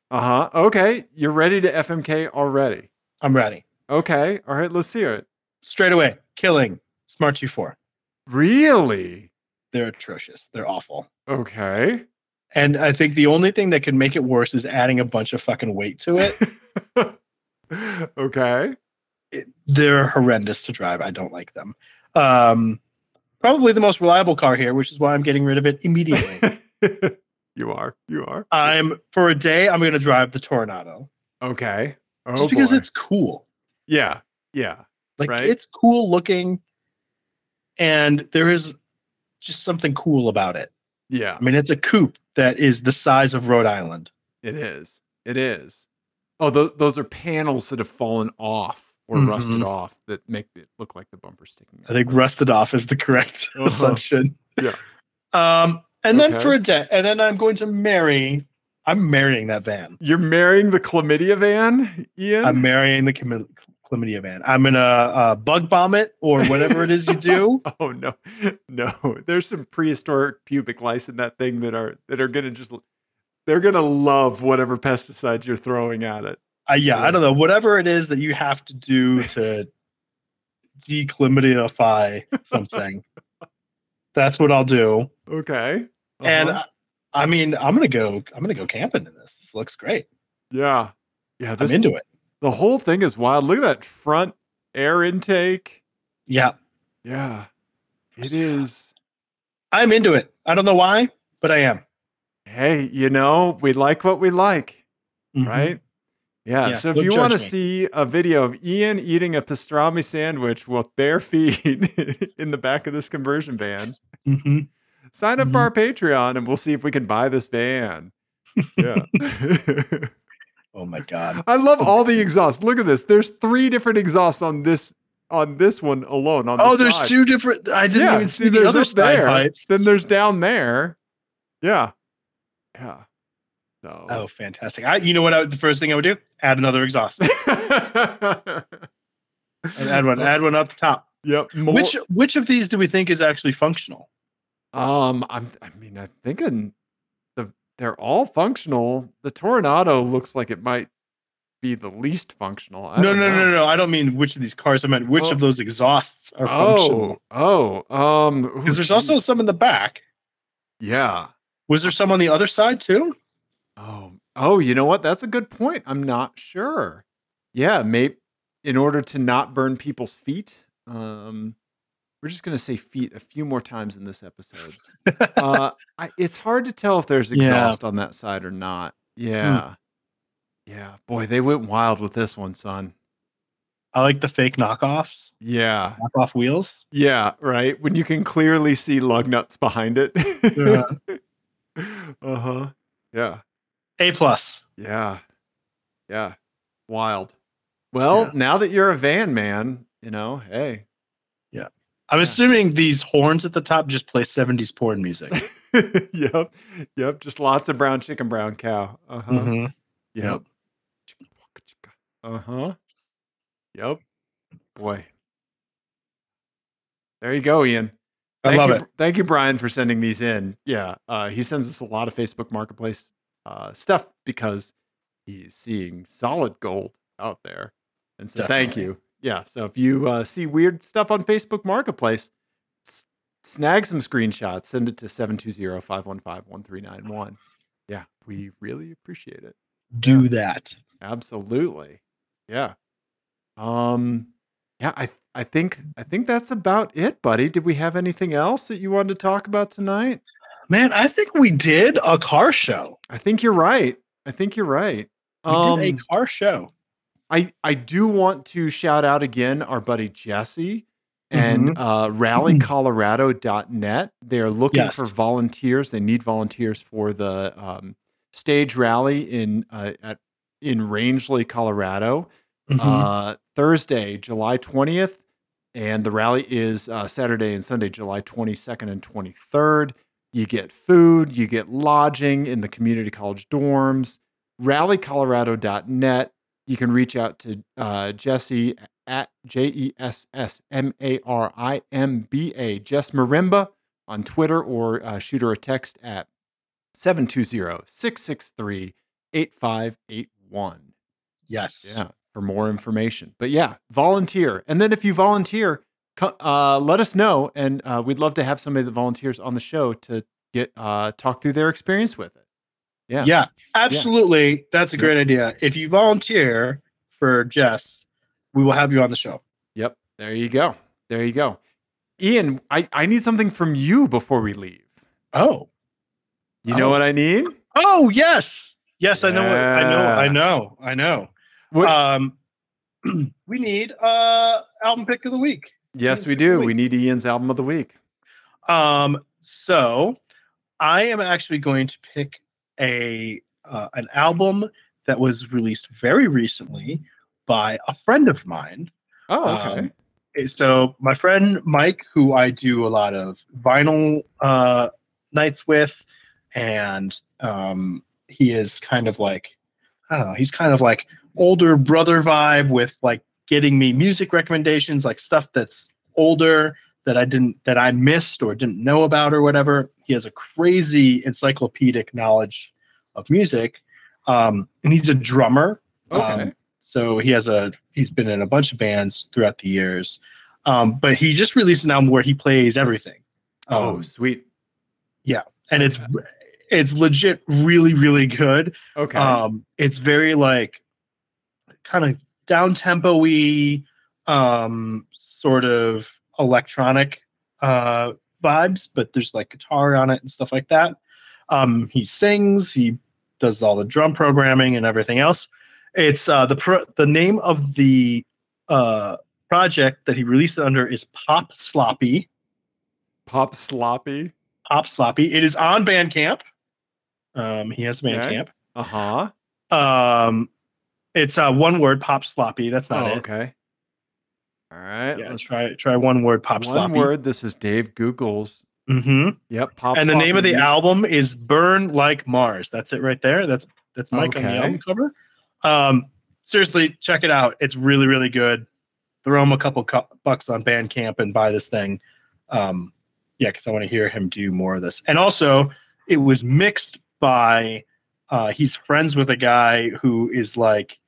A: Uh-huh. Okay. You're ready to FMK already.
B: I'm ready.
A: Okay. All right, let's hear it.
B: Straight away, killing Smart G4.
A: Really?
B: They're atrocious. They're awful.
A: Okay.
B: And I think the only thing that could make it worse is adding a bunch of fucking weight to it.
A: okay.
B: it they're horrendous to drive. I don't like them. Um, probably the most reliable car here, which is why I'm getting rid of it immediately.
A: you are. You are.
B: I'm for a day. I'm going to drive the Tornado
A: okay. Oh
B: just because
A: boy.
B: it's cool.
A: yeah. Yeah.
B: Like
A: Right.
B: it's cool looking, and there is just something cool about it.
A: Yeah.
B: I mean, it's a coupe that is the size of Rhode Island.
A: It is. It is. Oh, tho- those are panels that have fallen off or
B: Mhm.
A: rusted off that make it look like the bumper sticking out.
B: I think rusted off is the correct
A: Mm-hmm. Uh-huh.
B: assumption.
A: Yeah.
B: Um, and then
A: Okay.
B: for a day, and then I'm going to marry. I'm marrying that van.
A: You're marrying the chlamydia van, Ian?
B: I'm marrying the chlam- chlamydia van. I'm gonna uh, bug bomb it or whatever it is you do.
A: Oh no, no! There's some prehistoric pubic lice in that thing that are that are gonna just they're gonna love whatever pesticide you're throwing at it.
B: Uh, yeah, I don't know. Whatever it is that you have to do to declamydiafy something, that's what I'll do.
A: Okay.
B: And
A: Uh-huh.
B: I, I mean, I'm gonna go. I'm gonna go camping in this. This looks great.
A: yeah, yeah, this
B: I'm into it.
A: the whole thing is wild. Look at that front air intake.
B: Yeah,
A: Yeah, it is.
B: I'm into it. I don't know why, but I am.
A: Hey, you know, we like what we like,
B: Mhm.
A: right? Yeah.
B: Yeah,
A: so if
B: don't
A: you
B: judge
A: want to
B: me.
A: see a video of Ian eating a pastrami sandwich with bare feet in the back of this conversion van,
B: Mhm.
A: sign up for our Patreon and we'll see if we can buy this van. Yeah.
B: Oh my god.
A: I love all the exhausts. Look at this. There's three different exhausts on this on this one alone. On
B: Oh,
A: the
B: there's
A: side.
B: two different. I didn't
A: yeah,
B: even see, the
A: there's
B: other
A: up
B: side
A: there.
B: pipes.
A: Then there's down there. Yeah. Yeah. So
B: Oh, fantastic! I, you know what? I, the first thing I would do: add another exhaust. I'd add one. Add one up the top.
A: Yep. More,
B: Which which of these do we think is actually functional?
A: um I'm I mean I think in the they're all functional. The Tornado looks like it might be the least functional. I
B: No,
A: don't
B: no, no,
A: know.
B: no, no. I don't mean which of these cars. I meant which
A: Oh.
B: of those exhausts are
A: Oh,
B: functional.
A: oh, um, ooh,
B: Because there's also
A: geez.
B: some in the back.
A: yeah.
B: Was there some on the other side too?
A: Oh, oh, you know what? That's a good point. I'm not sure. Yeah, maybe in order to not burn people's feet, um, We're just going to say feet a few more times in this episode. uh, I, it's hard to tell if there's
B: Yeah. Hmm.
A: exhaust on that side or not. Yeah. Yeah. Boy, they went wild with this one, son.
B: I like the fake knockoffs,
A: Yeah.
B: knockoff wheels.
A: Yeah. Right. When you can clearly see lug nuts behind it.
B: Yeah.
A: uh huh. Yeah.
B: A plus.
A: Yeah. Yeah. Wild. Well,
B: Yeah.
A: now that you're a van man, you know, hey.
B: I'm
A: Yeah.
B: assuming these horns at the top just play 70s porn music.
A: Uh-huh. yep. Yep. Just lots of brown chicken, brown cow. Uh huh.
B: Mhm.
A: Yep. Uh huh. Yep. Boy. There you go, Ian.
B: I
A: Thank
B: love
A: you,
B: it.
A: Thank you, Brian, for sending these in. Yeah, uh, he sends us a lot of Facebook Marketplace uh, stuff because he's seeing solid gold out there. And so, thank
B: Definitely.
A: you. Yeah. So if you uh, see weird stuff on Facebook Marketplace, s- snag some screenshots, send it to 720-515-1391. Yeah, we really appreciate it.
B: Do that.
A: Absolutely. Yeah. Um yeah, I I think I think that's about it, buddy. Did we have anything else that you wanted to talk about tonight?
B: Man, I think we did a car show.
A: I think you're right. I think you're right.
B: We
A: Um
B: did a car show.
A: I I do want to shout out again our buddy Jesse
B: Mm-hmm.
A: and uh, rallycolorado.net. They're looking
B: Yes.
A: for volunteers. They need volunteers for the um, stage rally in uh, at in Rangeley, Colorado.
B: Mm-hmm.
A: uh, Thursday, July 20th. And the rally is uh, Saturday and Sunday, July 22nd and 23rd. You get food, you get lodging in the community college dorms, rallycolorado.net. You can reach out to uh, Jesse at J E S S M A R I M B A, Jess Marimba on Twitter, or uh, shoot her a text at 720 663 8581
B: yes.
A: yeah for more information but yeah volunteer and then if you volunteer co- uh, let us know and uh, we'd love to have somebody that volunteers on the show to get uh, talk through their experience with it Yeah.
B: Yeah. Absolutely. That's a
A: Yeah.
B: great idea. If you volunteer for Jess, we will have you on the show.
A: yep there you go there you go ian i, I need something from you before we leave
B: Oh.
A: you know
B: Oh.
A: what i need
B: Oh, yes. Yes, I know. what- I
A: Yeah.
B: know. I know. I know.
A: What-
B: Um we need uh album pick of the week.
A: yes we
B: Ian's good
A: do
B: week.
A: we need ian's album of the week
B: Um, so I am actually going to pick a uh, an album that was released very recently by a friend of mine.
A: oh
B: Um, So my friend Mike, who I do a lot of vinyl uh, nights with, and um, he is kind of like I don't know, he's kind of like older brother vibe with like getting me music recommendations, like stuff that's older that I didn't that I missed or didn't know about or whatever. He has a crazy encyclopedic knowledge of music. Um, and he's a drummer.
A: okay
B: Um, so he has a he's been in a bunch of bands throughout the years. Um, but he just released an album where he plays everything.
A: oh
B: Um,
A: sweet
B: and it's it's legit really, really good.
A: okay
B: Um, it's very like kind of down tempo y, um, sort of electronic uh, vibes, but there's like guitar on it and stuff like that. Um, he sings, he does all the drum programming and everything else. It's uh, the pro- the name of the uh, project that he released it under is Pop Sloppy.
A: pop sloppy
B: Pop Sloppy. It is on Bandcamp. Um, he has a
A: Okay.
B: Bandcamp.
A: uh-huh
B: Um, it's uh, one word pop sloppy. That's not
A: oh
B: it.
A: okay all right
B: Yeah,
A: let's
B: try try one word pop
A: One
B: sloppy.
A: word. This is Dave Google's.
B: hmm
A: Yep. Pop
B: And the name of the
A: Sloppy
B: album is "Burn Like Mars." That's it right there. That's that's Mike on
A: Okay.
B: the album cover. Um, seriously, check it out. It's really really good. Throw him a couple cu- bucks on Bandcamp and buy this thing. Um, yeah, because I want to hear him do more of this. And also, it was mixed by. Uh, he's friends with a guy who is like,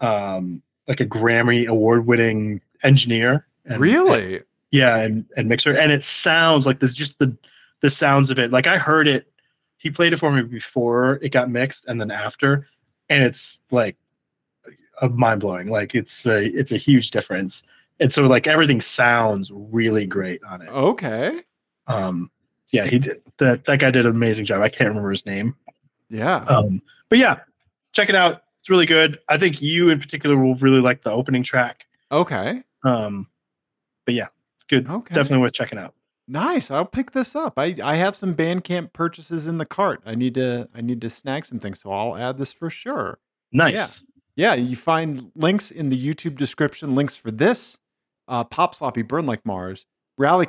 B: um, like a Grammy award winning engineer.
A: Music.
B: and-
A: Really?
B: yeah and, and mixer and it sounds like there's just the the sounds of it like i heard it he played it for me before it got mixed and then after and it's like a mind-blowing like it's a it's a huge difference and so like everything sounds really great on
A: Oh.
B: it.
A: Okay.
B: Um, yeah, he did that. That guy did an amazing job. I can't remember his name.
A: Yeah.
B: Um, but yeah, check it out. It's really good. I think you in particular will really like the opening track.
A: Okay.
B: Um, but yeah, it's good.
A: Okay.
B: Definitely worth checking out.
A: Nice. I'll pick this up. I, I have some Bandcamp purchases in the cart. I need to I need to snag some things, so I'll add this for sure.
B: Nice.
A: Yeah, you find links in the YouTube description, links for this, uh, Pop Sloppy Burn Like Mars,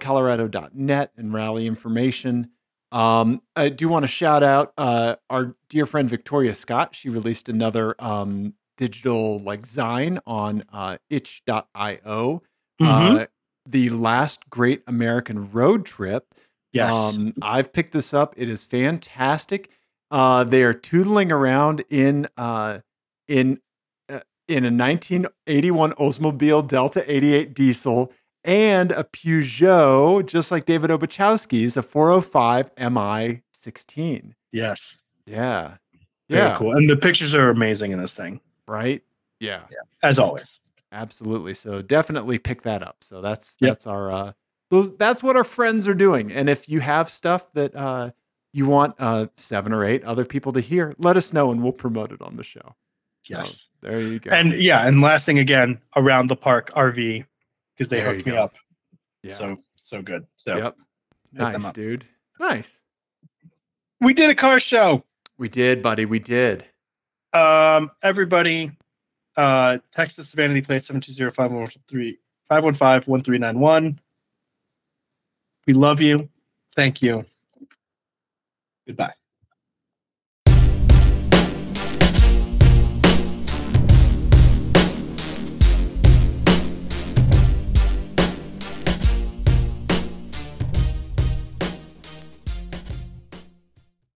A: rallycolorado.net, and rally information. Um, I do want to shout out uh, our dear friend Victoria Scott. She released another um, digital like zine on uh, itch.io.
B: Mhm.
A: Uh, the last great American road trip.
B: yes.
A: Um, I've picked this up. It is fantastic. Uh, they are tootling around in uh, in uh, in a 1981 Oldsmobile Delta 88 diesel and a Peugeot, just like David Obuchowski's, a 405 MI 16.
B: yes.
A: Yeah,
B: Very
A: yeah,
B: cool. And the pictures are amazing in this thing,
A: right. Yeah,
B: as always.
A: absolutely. So definitely pick that up. So that's
B: Yep.
A: that's our uh, those that's what our friends are doing. And if you have stuff that uh, you want uh, seven or eight other people to hear, let us know and we'll promote it on the show. So,
B: Yes.
A: there you go.
B: And yeah, and last thing again, around the park RV because they
A: There
B: hooked
A: you
B: me
A: go.
B: up. So so good. So
A: yep.
B: hit them
A: Nice,
B: up.
A: dude. Nice.
B: we did a car show.
A: We did, buddy. We did.
B: Um, everybody, uh, text us Vanity Place 720-515-1391. We love you. Thank you. Goodbye.